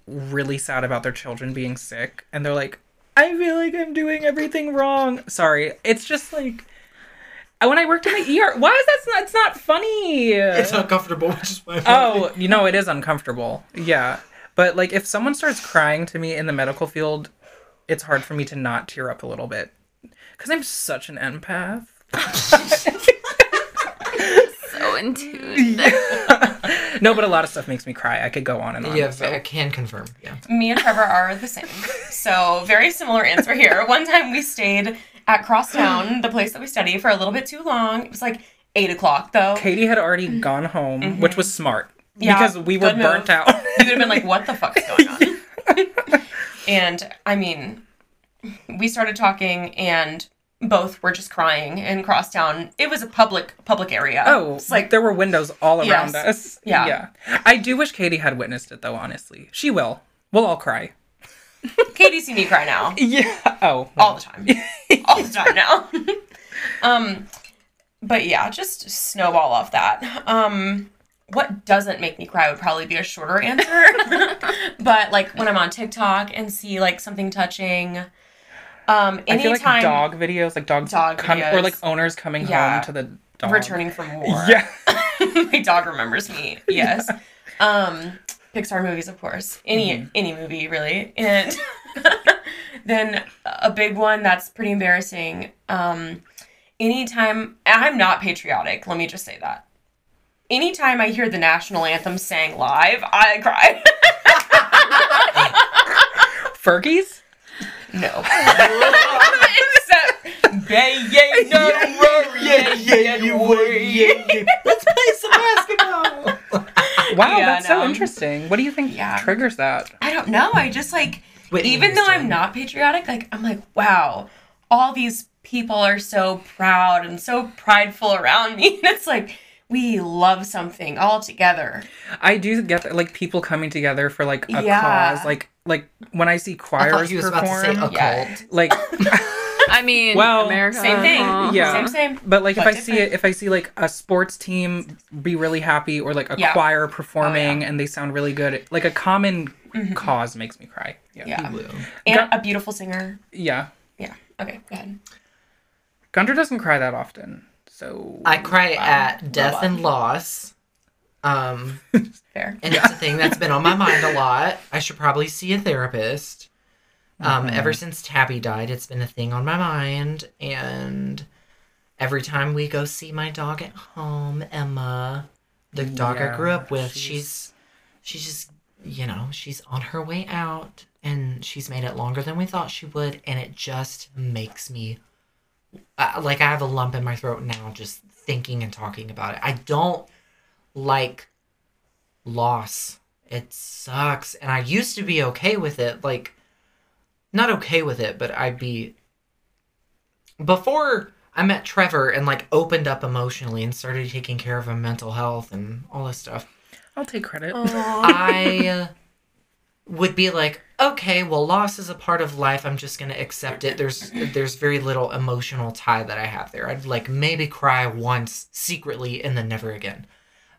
really sad about their children being sick and they're like I feel like I'm doing everything wrong. Sorry. It's just like when I worked in the ER, why is that not, it's not funny?
It's not comfortable, which is my
oh, you know it is uncomfortable. Yeah. But like if someone starts crying to me in the medical field, it's hard for me to not tear up a little bit cuz I'm such an empath.
So in tune.
No, but a lot of stuff makes me cry. I could go on and on.
Yeah,
so-
I can confirm. Yeah.
Me and Trevor are the same. So, very similar answer here. One time we stayed at Crosstown, the place that we study, for a little bit too long. It was like eight o'clock, though.
Katie had already gone home, which was smart
Mm-hmm. Yeah,
because we were
good move.
burnt out.
You would have been like, what the fuck is going on? and I mean, we started talking and both were just crying in Crosstown. It was a public public area.
oh,
it's like
there were windows all around
Yes.
us.
Yeah.
yeah. I do wish Katie had witnessed it though. Honestly, she will. We'll all cry.
Katie's seen me cry now.
Yeah. Oh.
all the time all the time now um but yeah just snowball off that um what doesn't make me cry would probably be a shorter answer but like when i'm on tiktok and see like something touching um
I feel
anytime
like dog videos, like dogs
Dog
com- or
videos.
like owners coming
Yeah.
home to the dog.
returning from war
Yeah.
my dog remembers me yes um pixar movies of course any any movie really and then a big one that's pretty embarrassing um anytime and i'm not patriotic let me just say that anytime i hear the national anthem sang live i cry
Fergie's.
no except bay yay no worry Oh, yeah,
you would. Yeah, yeah. Let's play some basketball.
Wow,
Yeah,
that's so
no.
interesting. What do you think
Yeah.
triggers that?
I don't know. I just like,
Whitney
even though I'm
Houston.
not patriotic, like, I'm like, wow, all these people are so proud and so prideful around me. And it's like, we love something all together.
I do get that, like people coming together for like a
Yeah.
cause, like like when I see
I
choirs
thought he was
perform,
about to say a
Yeah.
cult.
like
I mean,
Well,
America.
Same thing.
uh-huh.
Yeah.
Same, same.
But like if
But
I see it, if I see like a sports team be really happy or like a
Yeah. Oh,
choir performing and they sound really good, like a common cause makes me cry. Yeah.
Mm-hmm. Yeah.
Blue.
And a beautiful singer.
Yeah.
Yeah. Okay, go ahead.
Gunter doesn't cry that often. So
I cry at death and loss. Um,
Fair.
and it's a thing that's been on my mind a lot. I should probably see a therapist. Um,
Mm-hmm.
ever since Tabby died, it's been a thing on my mind. And every time we go see my dog at home, Emma, the dog I grew
Yeah,
up with,
she's-
she's she's just you know she's on her way out, and she's made it longer than we thought she would, and it just makes me uh, like I have a lump in my throat now just thinking and talking about it. I don't like loss. It sucks. And I used to be okay with it. Like, not okay with it, but I'd be. Before I met Trevor and like opened up emotionally and started taking care of him mental health and all this stuff,
I'll take credit.
Oh.
I uh, would be like, okay, well, loss is a part of life. I'm just gonna accept it. There's there's very little emotional tie that I have there. I'd like maybe cry once secretly and then never again.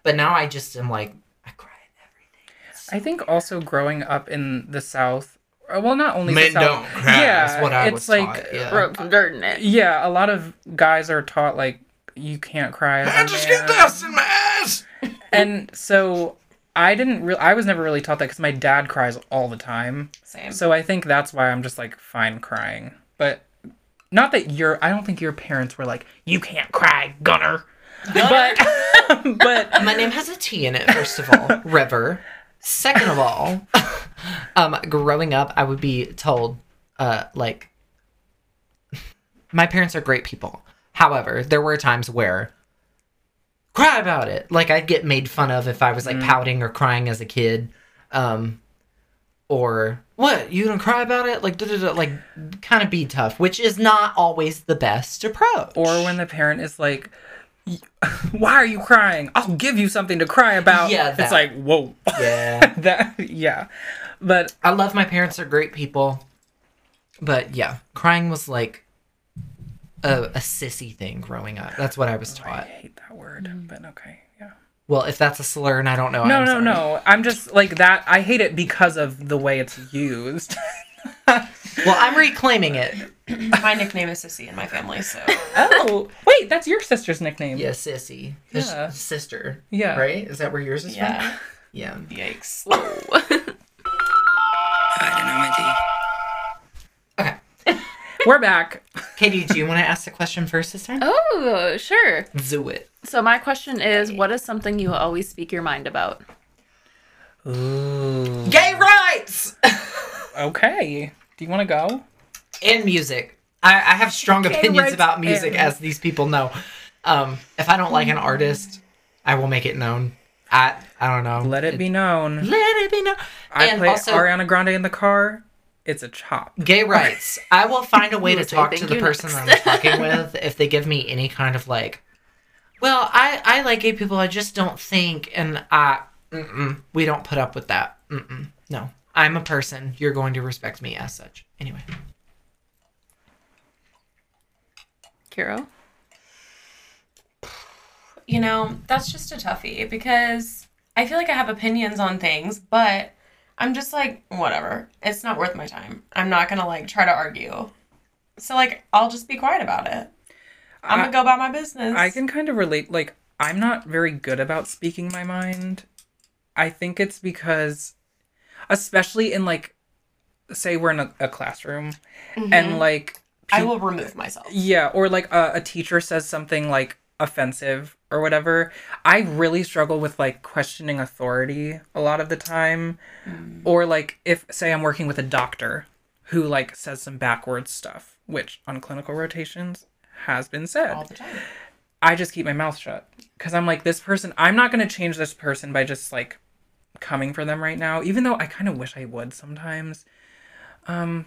But now I just am like, I cry at everything.
I think also growing up in the South, uh, well, not only
Men
the South,
don't cry,
Yeah,
That's what I
it's
was
like
taught. Yeah.
Broke from dirt in it.
yeah, a lot of guys are taught like you can't cry. as a
I just
man.
get dust in my ass.
And so I didn't really, I was never really taught that because my dad cries all the time.
Same.
So I think that's why I'm just like fine crying. But not that your I don't think your parents were like, you can't cry, Gunner. But but
My name has a T in it, first of all. River. Second of all, um, growing up, I would be told, uh, like, my parents are great people. However, there were times where cry about it. Like, I'd get made fun of if I was like pouting or crying as a kid. Um, or what you gonna cry about it? Like, da, da, da, like, kind of be tough, which is not always the best approach.
or when the parent is like, why are you crying? I'll give you something to cry about.
Yeah, that.
It's like, whoa.
Yeah.
that, yeah. But
I love my parents; they're great people. But yeah, crying was like a, a sissy thing growing up. That's what I was
I
taught.
hate that word,
Mm.
but okay. Yeah.
Well, if that's a slur, and I don't know,
No,
I'm
no,
sorry.
no. I'm just like that. I hate it because of the way it's used.
Well, I'm reclaiming it.
My nickname is Sissy in my family, so
oh, wait, that's your sister's nickname.
Yeah, sissy. 'Cause
Yeah.
she's Sister.
Yeah.
Right? Is that where yours is from?
yeah.
Yeah.
Yikes.
Okay.
We're back.
Katie, do you want to ask the question first this time?
Oh, sure.
Do it.
So my question is, what is something you always speak your mind about?
Ooh.
Gay rights
Okay. Do you want to go?
and music. I, I have strong opinions
rights
about music,
and-
as these people know. Um, if I don't like an artist, I will make it known. I I don't know.
Let it be known.
Let it be known.
I
and
play
also,
Ariana Grande in the car. It's a chop.
gay rights. I will find a way to
would say
talk to
thank
the
you
person
next.
that I'm talking with if they give me any kind of like, well, I I like gay people. I just don't think, and I mm-mm, we don't put up with that. Mm-mm, no, I'm a person. You're going to respect me as such. Anyway,
Kiro?
You know, that's just a toughie because I feel like I have opinions on things, but I'm just like, whatever. It's not worth my time. I'm not gonna like try to argue. So like I'll just be quiet about it. I'm gonna go about my business.
I can kind of relate. Like, I'm not very good about speaking my mind. I think it's because, especially in like, say we're in a, a classroom,
Mm-hmm.
and like,
I will remove myself.
yeah, or like a, a teacher says something like offensive or whatever. I really struggle with like questioning authority a lot of the time,
Mm.
or like if say I'm working with a doctor who like says some backwards stuff, which on clinical rotations has been said.
All the time.
I just keep my mouth shut because I'm like, this person, I'm not going to change this person by just like coming for them right now, even though I kind of wish I would sometimes. Um,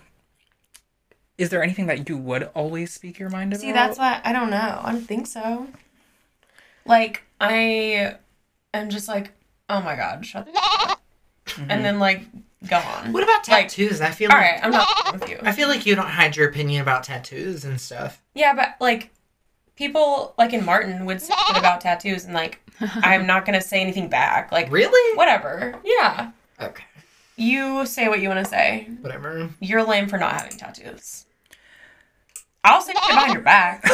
is there anything that you would always speak your mind about?
See, that's why I don't know. I don't think so. Like I am just like, oh my god, shut the f- up. and then like go on.
what about
Like,
tattoos? I feel
All
like
right, I'm not with you.
I feel like you don't hide your opinion about tattoos and stuff.
Yeah, but like people like in Martin would say shit about tattoos and like I'm not gonna say anything back. Like
Really?
whatever. Yeah.
Okay.
You say what you wanna say.
Whatever.
You're lame for not having tattoos. I'll say shit behind your back. I'll,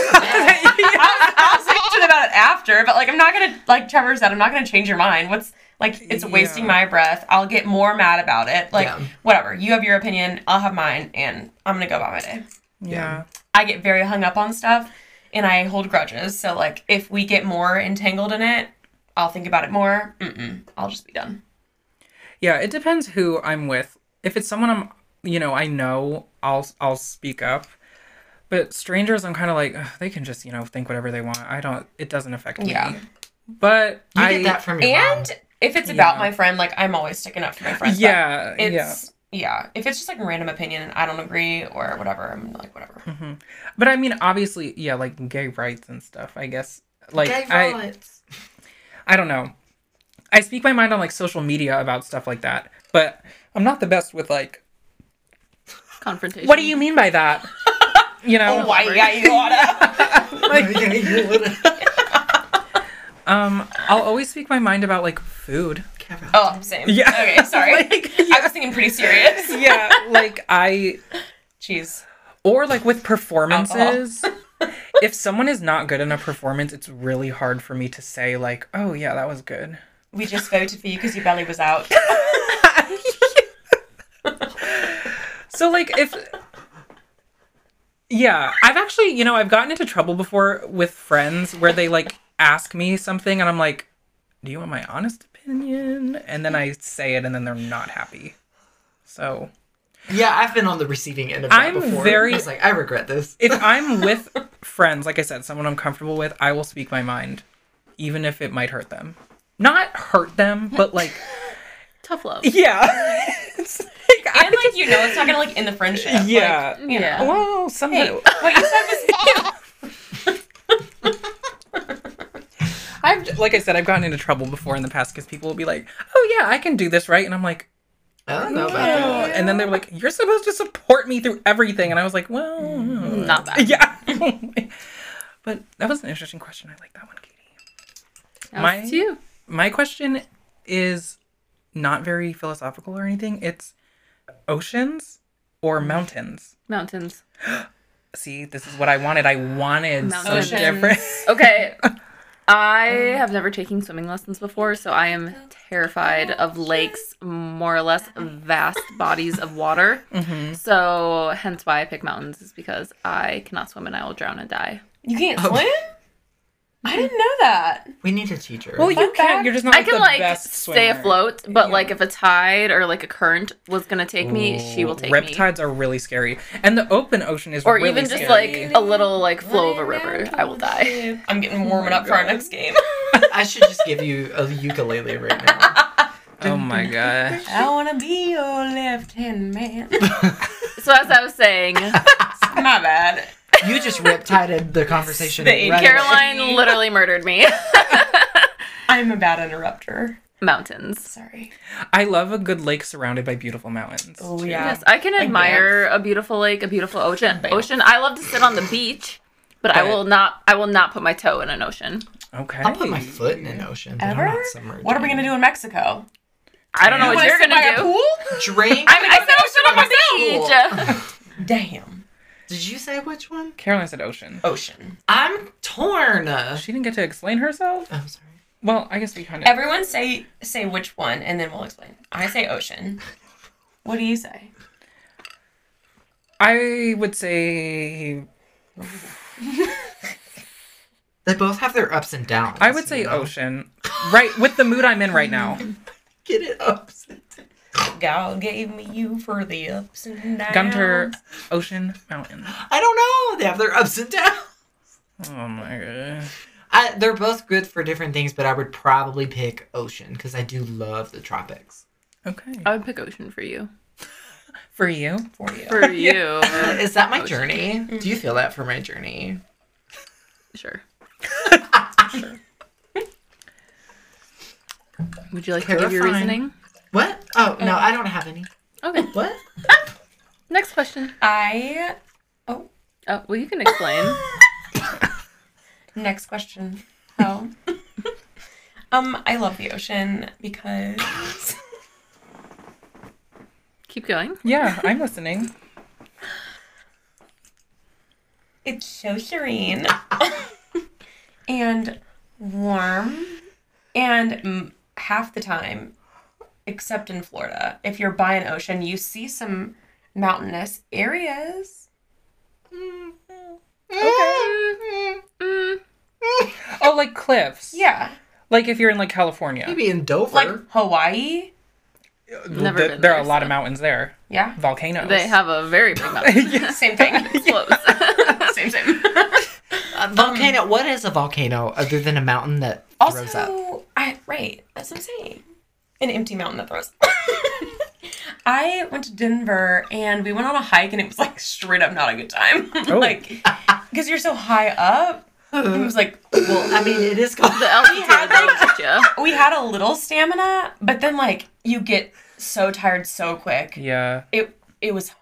I'll say shit about it after, but like I'm not gonna like Trevor said, I'm not gonna change your mind. What's like it's wasting
Yeah.
my breath. I'll get more mad about it. Like
Yeah.
whatever. You have your opinion, I'll have mine, and I'm gonna go about my day.
yeah.
I get very hung up on stuff and I hold grudges. So like if we get more entangled in it, I'll think about it more. Mm-mm, I'll just be done.
Yeah, it depends who I'm with. If it's someone I'm, you know, I know, I'll I'll speak up. But strangers, I'm kind of like "Ugh, they can just, you know, think whatever they want. I don't. It doesn't affect me.
Yeah.
But
You
I
get that from your mom.
And if it's about
Yeah.
my friend, like I'm always sticking up for my friends. but
Yeah. yeah.
It's yeah. If it's just like a random opinion and I don't agree or whatever, I'm like whatever.
But I mean, obviously, yeah, like gay rights and stuff. I guess, like,
Gay
I,
rights.
I don't know. I speak my mind on like social media about stuff like that, but I'm not the best with like.
Confrontation.
What do you mean by that? You know,
Why yeah, you oughta.
um, I'll always speak my mind about like food.
oh, same.
Yeah.
Okay, sorry. I was thinking pretty serious.
Yeah, like I
Jeez.
or like with performances. if someone is not good in a performance, it's really hard for me to say like, "Oh yeah, that was good."
We just voted for you because your belly was out.
So like if Yeah, I've actually, you know, I've gotten into trouble before with friends where they like ask me something and I'm like, "Do you want my honest opinion?" and then I say it and then they're not happy. So,
Yeah, I've been on the receiving end of that
I'm
before.
very-
I was like, I regret this.
if I'm with friends, like I said, someone I'm comfortable with, I will speak my mind even if it might hurt them. Not hurt them, but like
Tough love.
yeah. it's like,
And like you know, it's not gonna like end the friendship. Like,
yeah.
you know.
Yeah.
well, some
Hey, what you said was
I've like I said, I've gotten into trouble before in the past because people will be like, "Oh yeah, I can do this, right?" And I'm like,
I don't know
"No,"
about that.
and then they were like, "You're supposed to support me through everything," and I was like, "Well,
Not bad.
yeah." but that was an interesting question. I like that one, Katie.
That was
My-
to you.
My question is not very philosophical or anything. It's oceans or mountains.
Mountains.
See, this is what I wanted. I wanted so
Mountains.
different.
Okay. I have never taken swimming lessons before, so I am terrified of lakes, more or less vast bodies of water.
Mm-hmm.
So, hence why I pick mountains, is because I cannot swim and I will drown and die.
You can't
Oh.
swim? I didn't know that.
We need a teacher.
Well, you can't. You're just not.
I
Like,
can
the
like
best
stay
swimmer.
afloat, but like if a tide or like a current was gonna take me, she will take me.
Reptides are really scary, and the open ocean is
Or
really
even just
scary.
like a little like flow of a river, I will die.
I'm getting warming up for our next game.
I should just give you a ukulele right now.
oh my gosh.
I wanna be your left hand man.
So as I was saying,
My bad.
You just riptided the conversation.
Spade.
right away.
Caroline literally murdered me.
I'm a bad interrupter.
Mountains.
Sorry.
I love a good lake surrounded by beautiful mountains.
Oh
too.
yeah.
Yes, I can admire a beautiful lake, a beautiful ocean. Ocean. I love to sit on the beach, but I
But-
will not. I will not put my toe in an ocean.
Okay.
I'll put my foot in an ocean. But I'm
Ever?
not submerged
What are we
in
gonna
it.
do in Mexico?
I don't know what
Wanna
Oh, you're
sit by
gonna
a
do.
pool?
Drink.
I mean, I
go to the
said ocean on the beach.
Damn.
Did you say which one?
Caroline said ocean.
Ocean.
I'm torn. Uh,
She didn't get to explain herself.
I'm sorry.
Well, I guess we kind of.
Everyone say say which one, and then we'll explain. I say ocean. What do you say?
I would say
They both have their ups and downs.
I would say
you know?
ocean. Right with the mood I'm in right now.
Get it ups. and downs.
God gave me you for the ups and downs.
Gunter, ocean, mountain.
I don't know. They have their ups and downs.
Oh my god.
I, they're both good for different things, but I would probably pick ocean because I do love the tropics.
Okay.
I would pick ocean for you.
For you.
for you.
For you,
Is that my journey? Do you feel that for my journey?
sure. Would you like to give your
Terrifying.
reasoning?
What? Oh no, I don't have any.
Okay.
What?
Next question.
I
Oh, well, you can explain.
next question. Oh. um, I love the ocean because
Keep going.
Yeah, I'm listening.
it's so serene and warm and mm, half the time except in Florida if you're by an ocean you see some mountainous areas
Mm,
Oh, like cliffs.
yeah
Like if you're in like California.
Maybe in Dover.
like Hawaii
Never
Th-
been
there are
there,
a lot
so.
of mountains there.
yeah
Volcanoes.
they have a very big mountain.
same thing
Close.
same same
A volcano. what is a volcano other than a mountain that throws up?
Also, I right. That's what I'm saying. An empty mountain that throws. up. I went to Denver and we went on a hike and it was like straight up not a good time.
Oh.
like because you're so high up. It was like
Well, I mean, it is called
The
had,
altitude yeah.
we had a little stamina, but then like you get so tired so quick.
Yeah.
It it was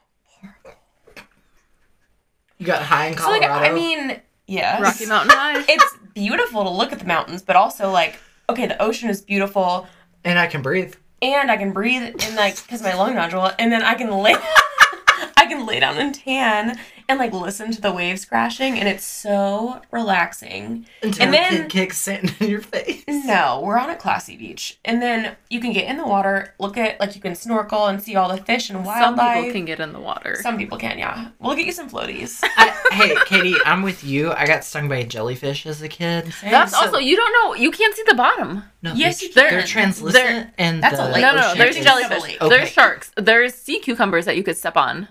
You got high in
so like
Colorado.
I mean yes.
Rocky Mountain High.
It's beautiful to look at the mountains, but also like okay, the ocean is beautiful.
and I can breathe.
and I can breathe in like because my lung nodule, and then I can lay, I can lay down and tan and like listen to the waves crashing, and it's so relaxing.
Until
And
the
then-
kid kicks sand in your face.
No, we're on a classy beach, and then you can get in the water, look at like you can snorkel and see all the fish and
Some
wildlife.
people can get in the water.
Some people can, yeah. We'll get you some floaties.
I, hey, Katie, I'm with you. I got stung by a jellyfish as a kid.
That's also you don't know. You can't see the bottom.
No,
Yes,
they're,
you can.
they're translucent and
That's
the
a lake.
no, no,
oh,
ocean
there's
is-
jellyfish.
Okay.
There's sharks. There's sea cucumbers that you could step on.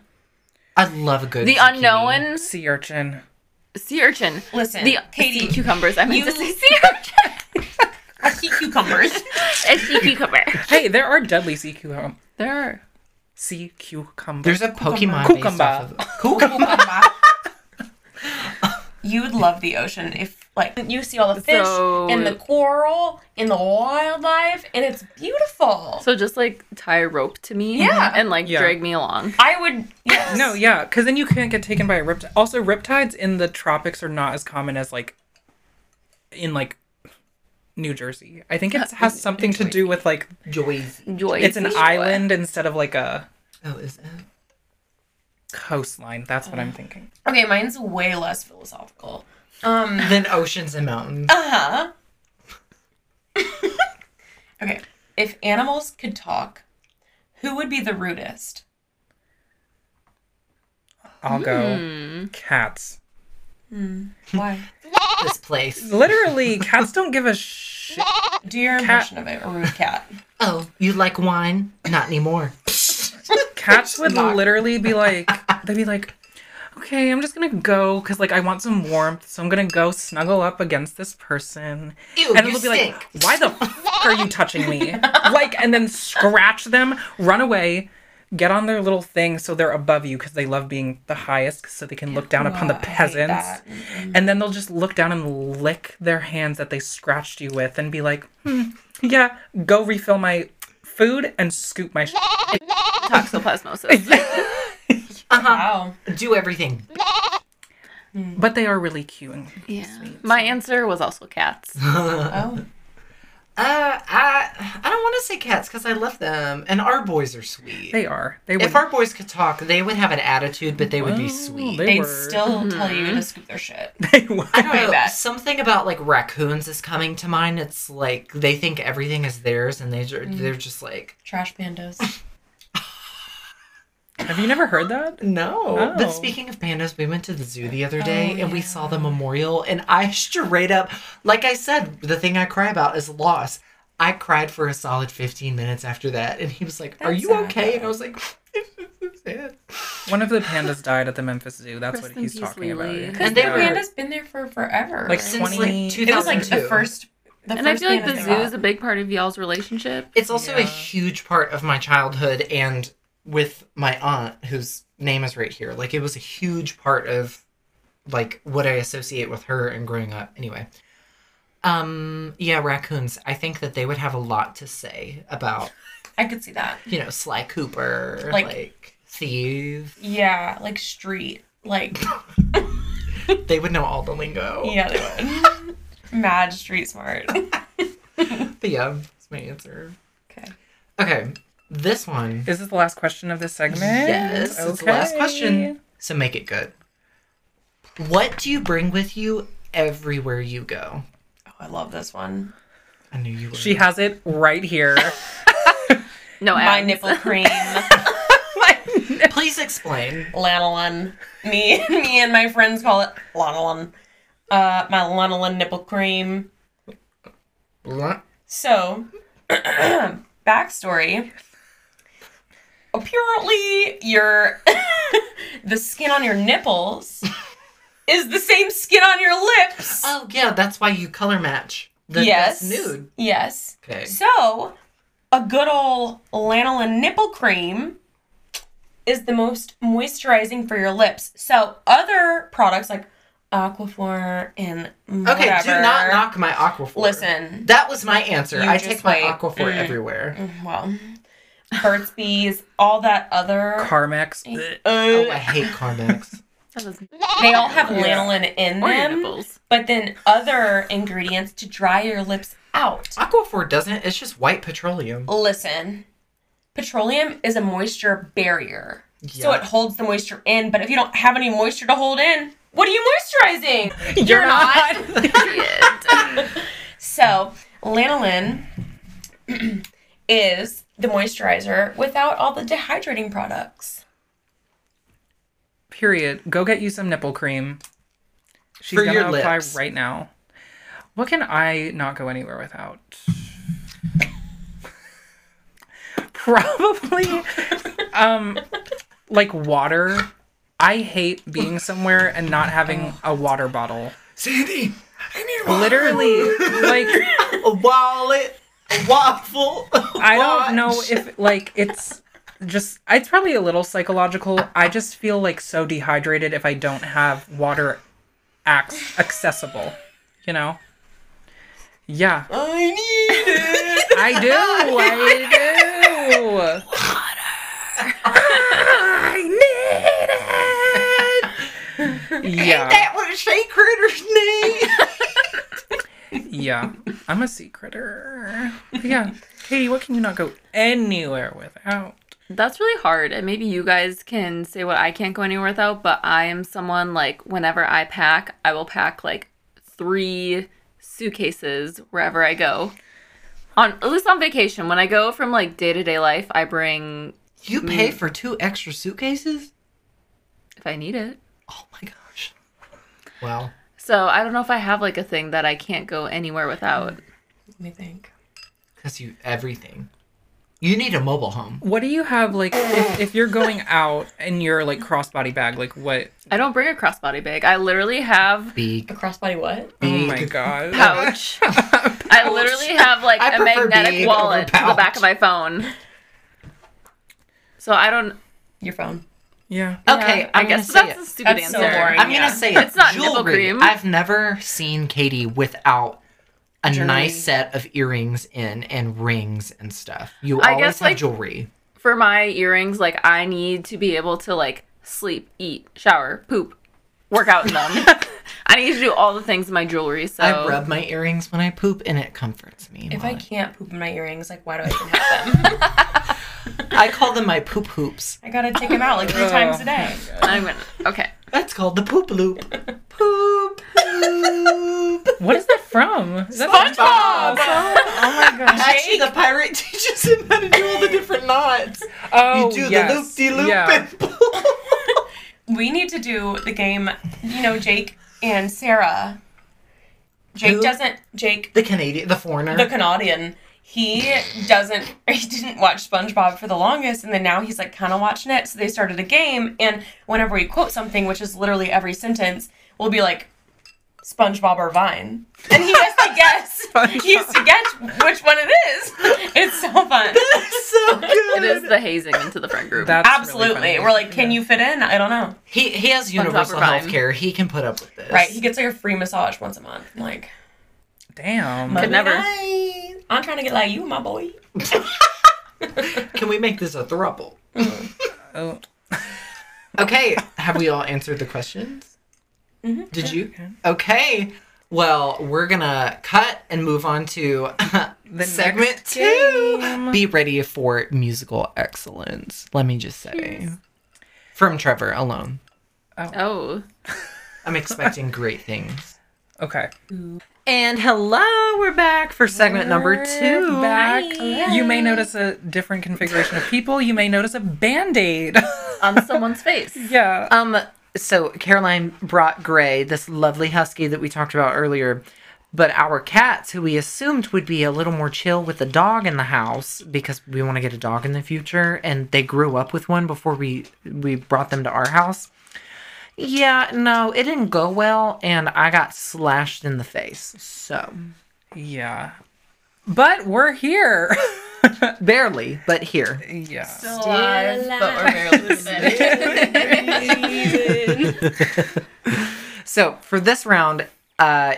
I love a good
The
zucchini.
unknown
Sea urchin.
sea urchin.
Listen,
The sea
Katie,
cucumbers. I meant
you-
to say sea urchin.
I see cucumbers.
A sea cucumber.
Hey, there are deadly sea cucumbers.
There. are-
Sea cucumber.
There's a Pokemon based
Cucumber.
off of
you would love the ocean if Like you see all the fish
So-
and the coral and the wildlife, and it's beautiful.
So just like tie a rope to me,
Yeah.
and like
Yeah.
drag me along.
I would yes.
No, yeah, because then you can't get taken by a riptide. Also, riptides in the tropics are not as common as like in like New Jersey. I think it has something to do with like
Joy's.
Joy.
it's an
Joy.
island instead of like a
Oh, is it?
coastline. That's what I'm thinking.
Okay, mine's way less philosophical. Um.
Then oceans and mountains.
Uh-huh.
Uh huh. okay. If animals could talk, who would be the rudest?
I'll
Hmm.
go cats.
Why?
This place.
Literally, cats don't give a shit.
Do your impression of it, a rude cat.
Oh, you like wine? Not anymore.
Cats would literally be like, they'd be like, okay, I'm just gonna go because like I want some warmth, so I'm gonna go snuggle up against this person,
Ew,
and
you
it'll be
stink.
like, why the fuck are you touching me? Like, and then scratch them, run away. Get on their little thing so they're above you because they love being the highest so they can look down upon the
Oh, I hate
peasants.
that.
And then they'll just look down and lick their hands that they scratched you with and be like, hmm, yeah, go refill my food and scoop my shit.
Toxoplasmosis.
Uh-huh. Wow.
Do everything.
But they are really cute. and-
yeah. My answer was also cats.
Oh.
Uh, I I don't want to say cats because I love them, and our boys are sweet.
They are. They
if
would.
our boys could talk, they would have an attitude, but they would be sweet.
Oh, They
They'd
were.
still tell you to scoop their shit.
They were.
I don't
I
know.
bet.
Something about like raccoons is coming to mind. It's like they think everything is theirs, and they
Mm.
ju- they're just like
Trash pandas.
Have you never heard that?
no.
Oh.
But speaking of pandas, we went to the zoo the other day, and we saw the memorial, and I straight up, like I said, the thing I cry about is loss. I cried for a solid fifteen minutes after that, and he was like, "Are
That's
you
sad.
okay?" And I was like, "Sad."
One of the pandas died at the Memphis Zoo. That's
Rest
what
in
he's
peace,
talking
Lily.
about.
Because
And
the
they were-
panda's been there for forever.
Like
right?
Since like
20
it was like the
2002.
first. The
And I
first
feel like
panda
the
they
zoo
got.
is a big part of y'all's relationship.
It's also a
Yeah.
huge part of my childhood and with my aunt whose name is right here. Like it was a huge part of like what I associate with her and growing up. Anyway. Um yeah, raccoons. I think that they would have a lot to say about,
I could see that.
you know, Sly Cooper,
Like-
like, thieves.
Yeah, like street. Like
They would know all the lingo.
yeah, they would. Mad street smart.
But yeah, that's my answer.
Okay.
Okay. This one.
Is this the last question of this segment?
Yes, it's the last question. So make it good. What do you bring with you everywhere you go?
Oh, I love this one.
I knew you were.
She has it right here.
No,
My
abs.
nipple cream,
Please explain.
lanolin. Me, me and my friends call it lanolin. Uh, my lanolin nipple cream.
Blah.
So, backstory. Apparently, your the skin on your nipples is the same skin on your lips.
Oh yeah, that's why you color match. The
yes.
that's nude.
Yes.
Okay.
So, a good old lanolin nipple cream is the most moisturizing for your lips. So, other products like Aquaphor and whatever.
Okay, do not knock my aquaphor.
Listen.
That was my answer.
You
I
just
take my
wait.
aquaphor
Mm.
everywhere.
Well, Burt's Bees, all that other.
Carmex.
Oh,
Uh,
I hate Carmex.
That doesn't-
they all have lanolin in
Or your
them,
nipples.
but then other ingredients to dry your lips out.
aquaphor doesn't. It's just white petroleum.
Listen, petroleum is a moisture barrier, so
Yeah.
it holds the moisture in. But if you don't have any moisture to hold in, what are you moisturizing?
You're not.
So lanolin is the moisturizer without all the dehydrating products.
Period. Go get you some nipple cream. She's
For
gonna
your
apply
lips.
right now. What can I not go anywhere without? Probably um like water. I hate being somewhere and not having a water bottle.
Sandy, I need a wallet.
Literally, like
a wallet, a waffle.
I don't know if like it's just it's probably a little psychological. I just feel like so dehydrated if I don't have water acts accessible. you know? Yeah.
I need it.
I do. I do. Water. I need it. Yeah.
that was Shea Critter's name.
Yeah. I'm a sea critter. But yeah. Katie, what can you not go anywhere without?
That's really hard. And maybe you guys can say what I can't go anywhere without, but I am someone like whenever I pack, I will pack like three suitcases wherever I go. On at least on vacation. When I go from like day to day life, I bring
You pay
Mm.
for two extra suitcases?
if I need it.
Oh my gosh. Wow.
So I don't know if I have like a thing that I can't go anywhere without.
Let me think.
Because you everything. You need a mobile home.
What do you have like if, if you're going out and you're like crossbody bag, like what oh
I don't bring a crossbody bag. I literally have
Big.
A crossbody what?
oh my god.
pouch. I literally have like
I
a
prefer
magnetic
being
wallet to
over
the back
pouch.
of my phone. So I don't
Your phone.
Yeah.
Yeah,
Okay, I'm
I
gonna
guess
say
that's
it.
a stupid
That's so
answer.
boring.
I'm
Yeah.
gonna say
It's
it.
not nipple
jewelry.
cream.
I've never seen Katie without a
Jewelry.
nice set of earrings in and rings and stuff. You
I
always
guess,
have
like-
jewelry.
For my earrings, like I need to be able to like sleep, eat, shower, poop, work out in them. I need to do all the things in my jewelry. So
I rub my earrings when I poop, and it comforts me.
If
while
I can't poop in my earrings, like why do I even have them?
I call them my poop hoops.
I gotta take them out like three times a day.
I'm gonna okay.
That's called the poop loop. Poop loop.
What is that from? Is that
SpongeBob!
Oh my gosh.
Actually, the pirate teaches him how to do all the different knots.
Oh,
You do
yes.
the loop de loop
Yeah.
and pull.
We need to do the game. You know, Jake and Sarah. Jake
Who?
doesn't. Jake,
The Canadian, the foreigner.
the Canadian. He doesn't. He didn't watch SpongeBob for the longest, and then now he's like kind of watching it. So they started a game, and whenever we quote something, which is literally every sentence, we'll be like, SpongeBob or Vine, and he has to guess. he has to guess which one it is. It's so fun.
so
It
good.
is the hazing into the friend group.
That's really
Absolutely.
funny.
We're like, can you fit in? I don't know.
he he has universal
Vine.
health care. He can put up with this.
Right. He gets like a free massage once a month. I'm like,
Damn.
Could never.
I'm trying to get like you, my boy.
Can we make this a throuple?
Oh,
Okay, have we all answered the questions? Did you? Okay. Well, we're gonna cut and move on to
the
segment
next
two.
game.
Be ready for musical excellence. Let me just say, from Trevor alone,
Oh,
I'm expecting great things.
Okay.
And hello, we're back for segment number two.
Back. You may notice a different configuration of people. You may notice a band aid.
on someone's face.
yeah.
Um, so Caroline brought Gray, this lovely husky that we talked about earlier, but our cats, who we assumed would be a little more chill with a dog in the house because we want to get a dog in the future, and they grew up with one before we we brought them to our house. Yeah, no, it didn't go well, and I got slashed in the face. So
Yeah. But we're here.
barely, but here.
yeah.
Alive, but we're barely
So for this round, uh,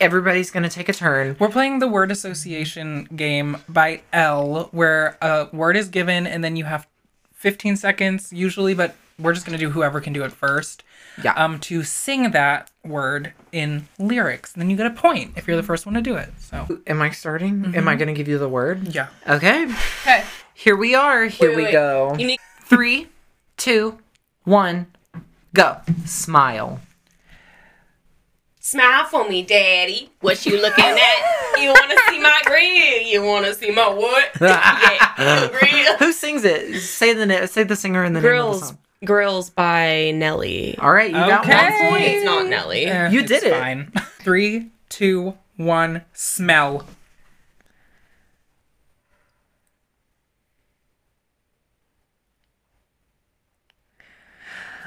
everybody's gonna take a turn.
We're playing the word association game by L, where a word is given and then you have 15 seconds usually, but we're just going to do whoever can do it first.
Yeah.
Um, to sing that word in lyrics, then you get a point if you're the first one to do it. So
Am I starting? Am I gonna give you the word?
yeah,
Okay.
Okay.
Here we are. Here we
wait.
go.
You need-
Three, two, one, go. Smile.
Smile for me, daddy. What you looking at? You wanna see my grill? You wanna see my what? yeah, grill.
Who sings it? Say the na- say the singer and the name of the
Grills,
song.
grills by Nelly.
All right, you got
Okay.
one point.
It's not Nelly.
Eh,
You
it's
did it.
Fine. Three, two, one. Smell.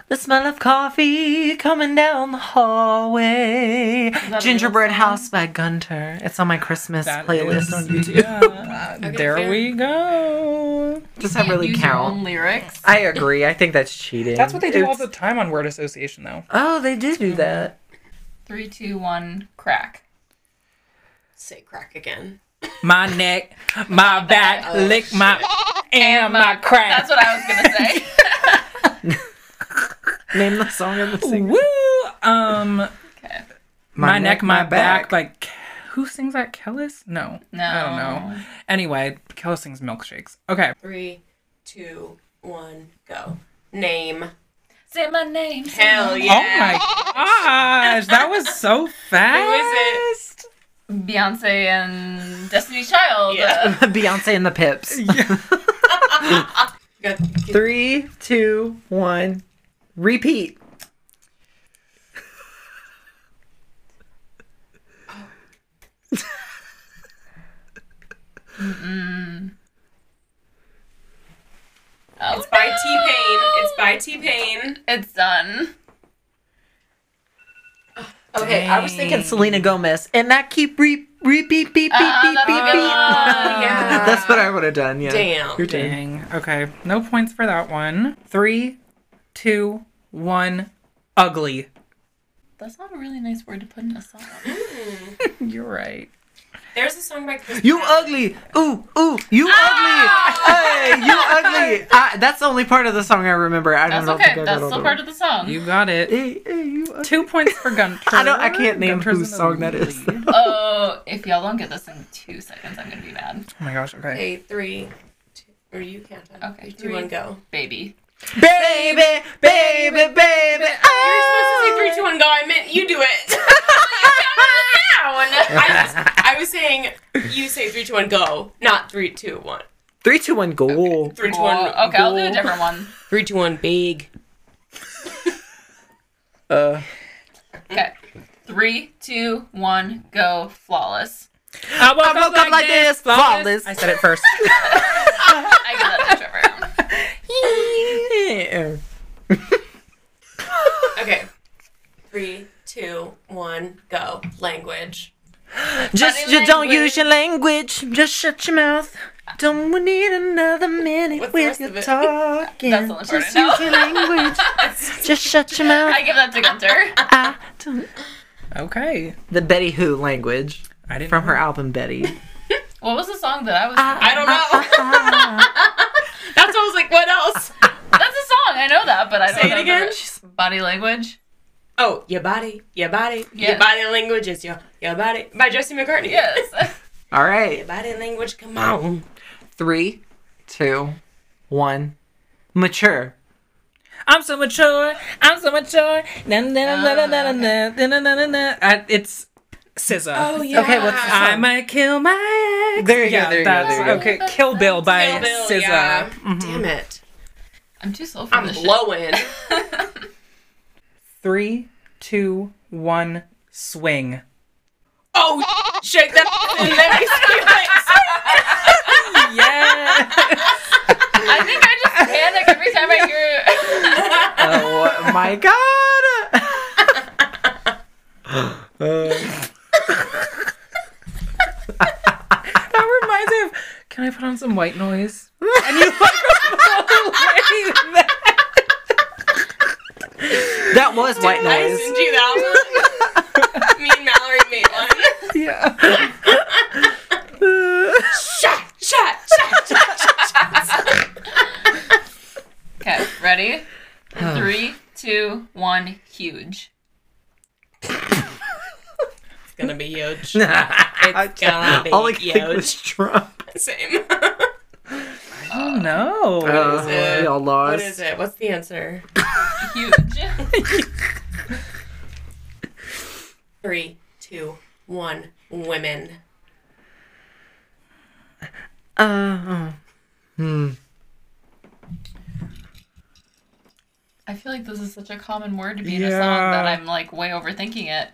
The smell of coffee coming down the hallway. Gingerbread House by Gunter. It's on my Christmas
That
playlist
is-
on YouTube.
Yeah. there we go.
Does that really
Use your
count?
own lyrics.
I agree. I think that's cheating.
That's what they do all
It's-
the time on word association, though.
Oh, they did do that.
Three, two, one, crack.
say crack again.
My neck, my back,
Oh,
lick my and my crack.
That's what I was gonna say.
Name the song of the singer.
Woo! Um, my, neck, my back. Like, who sings that? Kellis? No,
No.
I don't know. Anyway, Kellis sings milkshakes. Okay,
Three, two, one, go. Name.
Say my name. say
Hell
my-
yeah.
Oh my gosh, that was so fast.
Who
Beyonce and Destiny's Child.
Yeah.
Beyonce and the Pips.
Go.
Three, two, one. Repeat.
Oh,
It's by T Pain. It's by T Pain.
It's done.
Okay, I was thinking Selena Gomez, and that keep re- repeat, beep, beep,
Uh-uh,
beep,
that's
beep,
a good
beep.
one.
yeah.
That's what I would have done. Yeah.
Um, Damn.
Your turn.
Dang. Okay, no points for that one. Three, two, one. Ugly.
That's not a really nice word to put in a song.
You're right.
There's a song by Chris.
You
Brown.
ugly. Ooh, ooh. You ugly. Hey, you ugly. I, that's the only part of the song I remember. I don't
That's
know.
okay. That's still part of the song.
You got it.
Hey, hey, you ugly.
Two points for Gunter.
I don't. I can't name
Gunter's
whose
in the
song that is.
lead.
Oh, if y'all don't get this in two seconds, I'm gonna be mad.
Oh my gosh. Okay.
Okay, three, two, or you can't.
Okay,
Three, two, one, go.
Baby.
baby, baby, baby.
You're
Oh.
supposed to say three, two, one, go. I meant you do it. You counted it down. I was, I was saying you say three, two, one, go, not three, two, one.
Three, two, one, go.
Three, two,
Cool.
one.
Oh, Okay, I'll do a
go.
different one.
Three, two, one, big.
Uh,
Okay. Three, two, one, go. Flawless.
I woke,
I woke up like this, flawless.
I said it first.
I get that to Trevor.
Okay. Three, two, one, go. Language.
Just
Body
you don't
language.
use your language. Just shut your mouth. Don't we need another minute
What's the
with
rest
your
of it?
talking.
That's the only part I
Just
know.
use your language. Just shut your mouth.
I give that to Gunter.
I don't-
Okay.
The Betty Who language
I didn't
from
know.
her album Betty.
What was the song that I was?
I don't know. That's what I was like, what else?
That's a song. I know that, but I don't
Say
know
it
the
again.
rest. Body language.
Oh, your body, your body,
Yeah.
your body language is your your body by Jesse McCartney.
Yes.
All
Your
right.
body language, come on.
Three, two, one. Mature.
I'm so mature. I'm so mature. Na, na, na, na, na, na,
Uh,
na, na, na, na, na, na. I- It's SZA.
yeah.
Okay, what's the
I might kill my
Oh,
ex.
There you go, there you go,
that's-
there you
Okay, Kill Bill by
Kill Bill,
SZA.
yeah. Damn it.
I'm too slow for
I'm
this shit.
blowing.
Three, two, one, swing.
Oh, shake that. Let me see
Yeah.
I think I just panic every time I hear.
Oh my god.
that reminds me of. Can I put on some white noise? And you like roll away.
That was white
I
noise.
sent you that one. Me and Mallory made one.
Yeah.
Shot, shot, shot, shot.
Okay, ready?
Oh.
Three, two, one. Huge.
It's gonna be huge. It's gonna be
All I could think
huge.
was Trump.
Same.
Oh no.
Oh,
it?
we all lost.
what is it? What's the answer?
Huge.
Three, two, one. Women.
Uh, hmm.
I feel like this is such a common word to be in a
Yeah.
song that I'm like way overthinking it.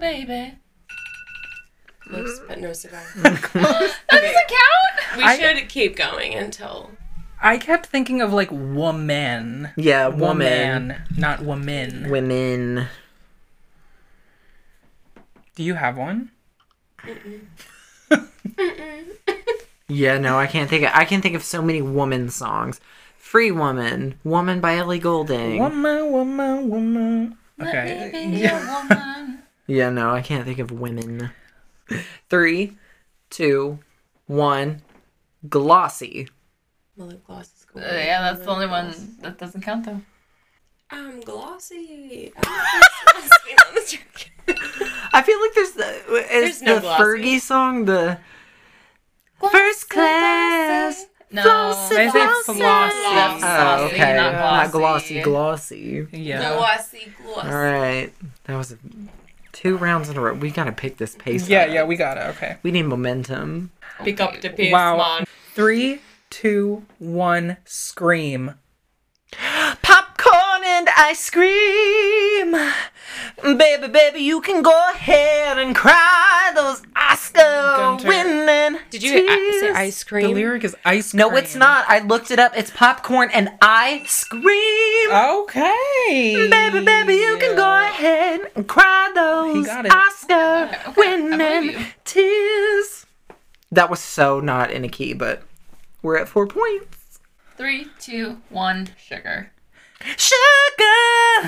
baby.
Lips, but no cigar.
That doesn't count.
We should keep going until
I kept thinking of like woman.
Yeah, woman.
Woman, not woman.
Women.
Do you have one?
Yeah, no, I can't think of I can think of so many woman songs. Free Woman, Woman by Ellie Goulding.
Woman, woman, woman.
Let me
Okay.
be a woman.
Yeah, no, I can't think of women. Three, two, one. Glossy.
My lip gloss is cool.
Uh, yeah, that's the only one that doesn't count though.
I'm glossy. I'm glossy on the track.
I feel like there's the, it's
There's no
the
glossy.
Fergie song, the first class.
No,
Flossy,
They say
flossy.
flossy.
That's
Oh,
glossy,
okay.
not
Not glossy,
glossy.
glossy.
Yeah.
Glossy, glossy.
All right. That was two rounds in a row. We got to pick this pace
Yeah,
up.
yeah, we got it. Okay.
We need momentum.
Pick up the pace,
Wow.
man.
Three, two, one, scream.
Popcorn and ice cream. Baby, baby, you can go ahead and cry those Oscar
Gunter.
winning.
Did you i- say
tears.
ice
The
cream?
lyric is ice
No,
cream.
it's not. I looked it up. It's popcorn and ice cream.
Oh, Okay.
Baby, baby, you can go ahead and cry
He
those
got it.
Oscar
believe
winning
you.
tears. That was so not in a key, but we're at four points.
Three, two, one, sugar.
Sugar,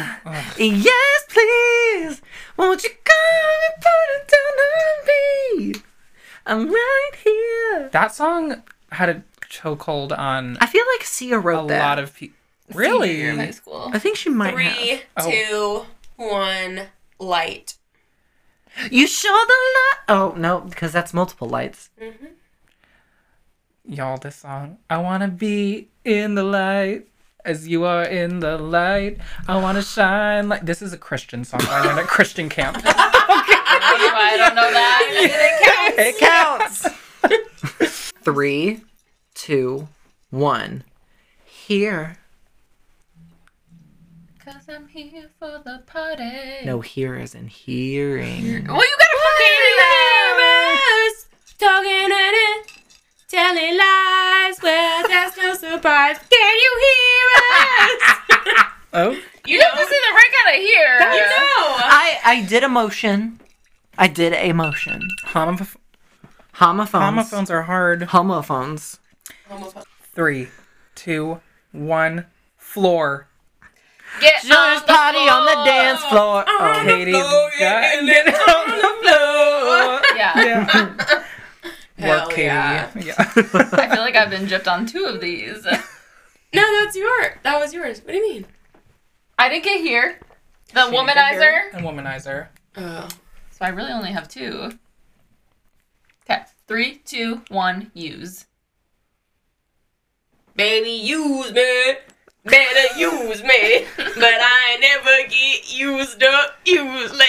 yes, please. Won't you come and put it down on me? I'm right here.
That song had a chokehold on
I feel like Sia
a
wrote that.
lot of people.
In high
Really?
school.
I think she might
Three, two, one, light.
have. You show the light. Oh no, because that's multiple lights.
Y'all, this song. I want to be in the light as you are in the light. I want to shine like. This is a Christian song I learned at Christian camp.
Oh, I don't know that.
It counts. Three, two, one. Here.
Cause I'm here for the party.
No, here is in hearing.
Well, you gotta fucking
Us talking in it, telling lies. Well, that's no surprise. Can you hear us?
Oh,
You don't listen to break out of here.
no.
I I did a motion. I did a motion.
homoph-
Homophones.
homophones are hard.
Homophones.
Three, two, one, floor.
Get
Just
on the
party on the
floor.
dance floor. Oh.
Katie's gotten it on the floor.
Yeah.
Yeah.
Hell
Work, Katie.
yeah.
Yeah.
I feel like I've been gypped on two of these.
No, that's yours. That was yours. What do you mean?
I didn't get here. The womanizer.
A womanizer.
Oh.
So I really only have two. Okay. Three, two, one, use.
Baby, use me. Better use me. But I never get used up, usually.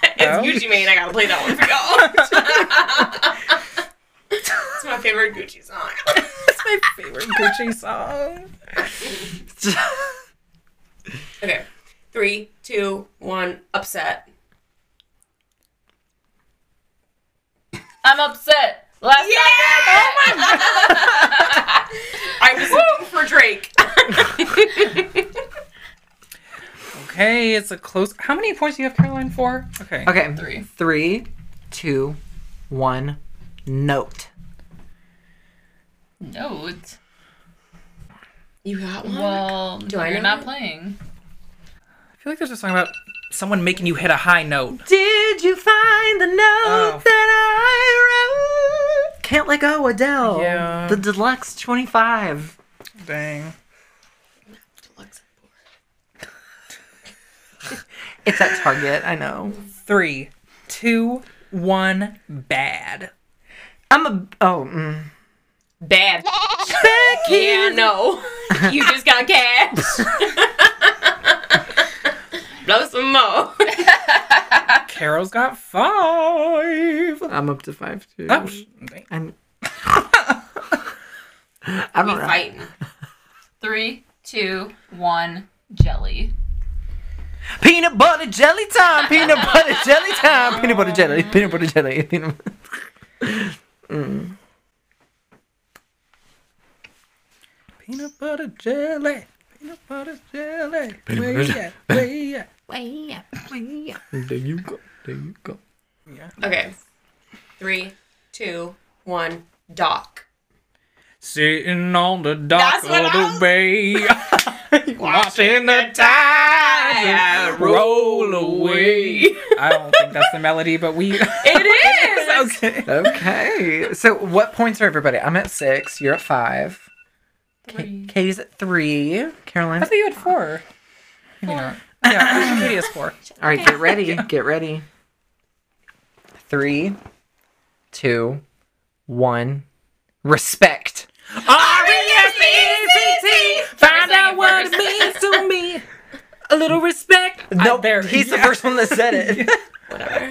Oh.
It's Gucci Mane. I gotta play that one for y'all. it's my favorite Gucci song.
That's my favorite Gucci song.
Okay. Three, two, one, upset.
I'm upset. Last
Yeah!
night I was upset.
I was looking for Drake.
Okay, it's a close. How many points do you have, Caroline? Four? Okay.
Okay.
Three.
Three, two, one. Note.
Note.
You got one?
Well,
I
you're
know
not
it?
playing.
I feel like there's a song about someone making you hit a high note.
Did you find the note
Oh.
that I wrote? Can't let go, Adele.
Yeah.
The deluxe 25.
Dang.
It's at Target, I know.
Three, two, one, bad.
I'm a. Oh, mm.
Bad.
Becky!
Yeah, no. You just got cash. Blow some more.
Carol's got five.
I'm up to five, too.
Oh, sh-
I'm. I'm
We
not
fighting.
Three, two, one, jelly.
Peanut butter jelly time! Peanut butter jelly time! Peanut butter jelly! Peanut butter jelly! Peanut
Peanut butter jelly. Peanut butter jelly. Where you at? Where you at?
There you go. There you go.
Okay. Three, two, one, dock.
Sitting on the dock
That's what I
of the
was-
bay. Washing the tide roll away. I don't think that's the melody, but we.
It is.
okay.
Okay. So what points are everybody? I'm at six. You're at five. K- Katie's at three.
I
Caroline's.
thought you had four. Maybe not. Yeah, Katie has four.
All right, get ready. Get ready. Three, two, one. Respect.
R-E-S-P-E-C-T. Find out what it means to me. A little respect.
No,
I- there-
he's the
yeah.
first one that said it.
Whatever.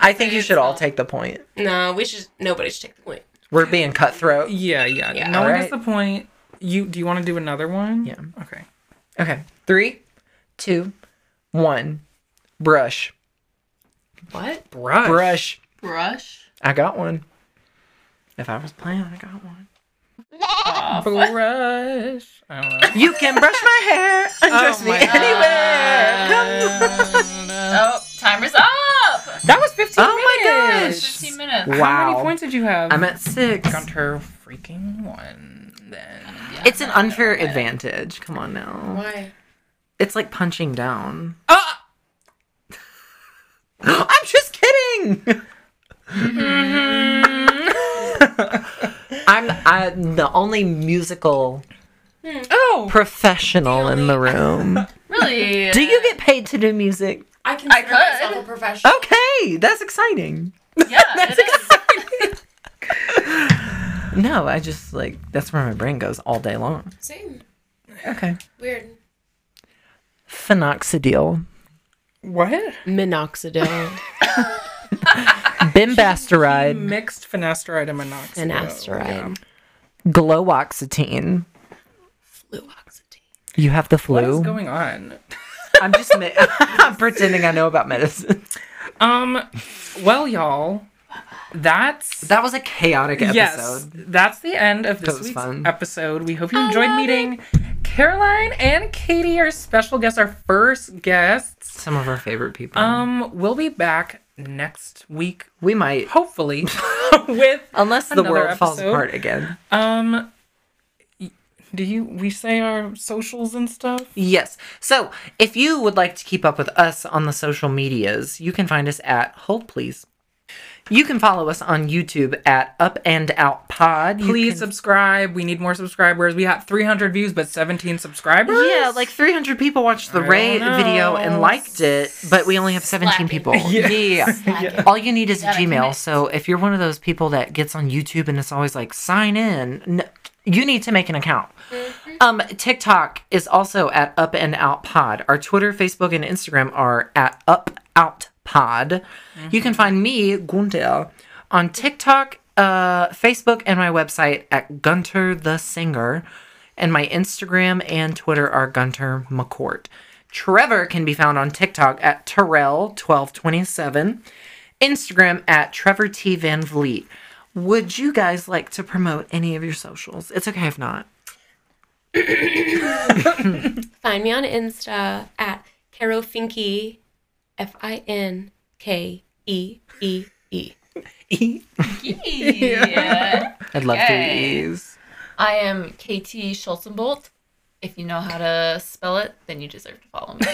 I think you should all take the point.
No, we should. Nobody should take the point.
We're being cutthroat.
Yeah, yeah.
Yeah.
No one gets
Alright.
the point. You do you want to do another one?
Yeah.
Okay.
Okay. Three, two, one. Brush.
What?
Brush.
Brush.
Brush?
I got one. If I was playing, I got one.
Brush. I don't know.
You can brush my hair. Undress me
my God.
anywhere. Come.
Oh, timer's up!
That was 15
Oh my
minutes.
gosh.
15 minutes.
Wow.
How many points did you have?
I'm at six.
counter freaking one then.
It's an unfair advantage. Come on now.
Why?
It's like punching down.
Ah!
I'm just kidding. I'm I, the only musical Hmm.
Oh.
professional in the room.
Really?
Do you get paid to do music?
I consider
could.
myself a professional.
Okay, that's exciting.
Yeah, it is.
No, I just like that's where my brain goes all day long.
Same.
Okay.
Weird.
Phenoxidil,
What?
Minoxidil
bimbasteride,
Mixed finasteride and minoxidil.
and asteride.
glowoxetine.
Fluoxetine.
You have the
What is
flu.
going on?
I'm just ma- I'm pretending I know about medicine.
Um well y'all, that's
That was a chaotic episode.
Yes, that's the end of
That
this
was
week's
fun.
episode. We hope you enjoyed meeting Caroline and Katie, our special guests, our first guests.
Some of our favorite people.
Um, we'll be back next week,
we might,
hopefully, with
unless the
another
world falls
episode.
apart again.
um. y- Do you we say our socials and stuff?
Yes. So, if you would like to keep up with us on the social medias, you can find us at Hold Please. You can follow us on YouTube at Up and Out Pod. You
Please
can-
subscribe. We need more subscribers. We got 300 views, but 17 subscribers.
Yeah, like 300 people watched the
don't
Ray
know.
video and liked it, but we only have 17
Slacking.
people. Yeah. All you need is a
Gotta
Gmail.
commit.
So if you're one of those people that gets on YouTube and it's always like sign in, n- you need to make an account.
Mm-hmm.
Um, TikTok is also at Up and Out Pod. Our Twitter, Facebook, and Instagram are at Up Out Pod. You
Mm-hmm.
can find me Gunther on TikTok, uh, Facebook, and my website at Gunter the Singer. And my Instagram and Twitter are Gunter McCourt. Trevor can be found on TikTok at Terrell1227, Instagram at Trevor T. Van Vliet. Would you guys like to promote any of your socials? It's okay if not.
Find me on Insta at Caro Finke, F I N K E E E.
E.
Yeah.
I'd love
Okay.
to ease.
I am KT Schulzenbolt. If you know how to spell it, then you deserve to follow me.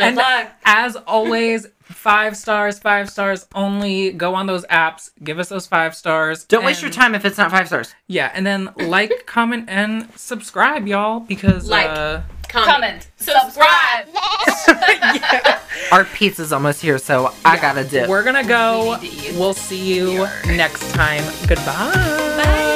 and as always, five stars, five stars only. Go on those apps, give us those five stars.
Don't waste your
and-
time if it's not five stars.
Yeah, and then like, comment, and subscribe, y'all, because
Like.
uh,
Comment, subscribe.
Our pizza's almost here, so I gotta dip.
we're gonna go.
We need to eat.
We'll see you next time. Goodbye.
Bye.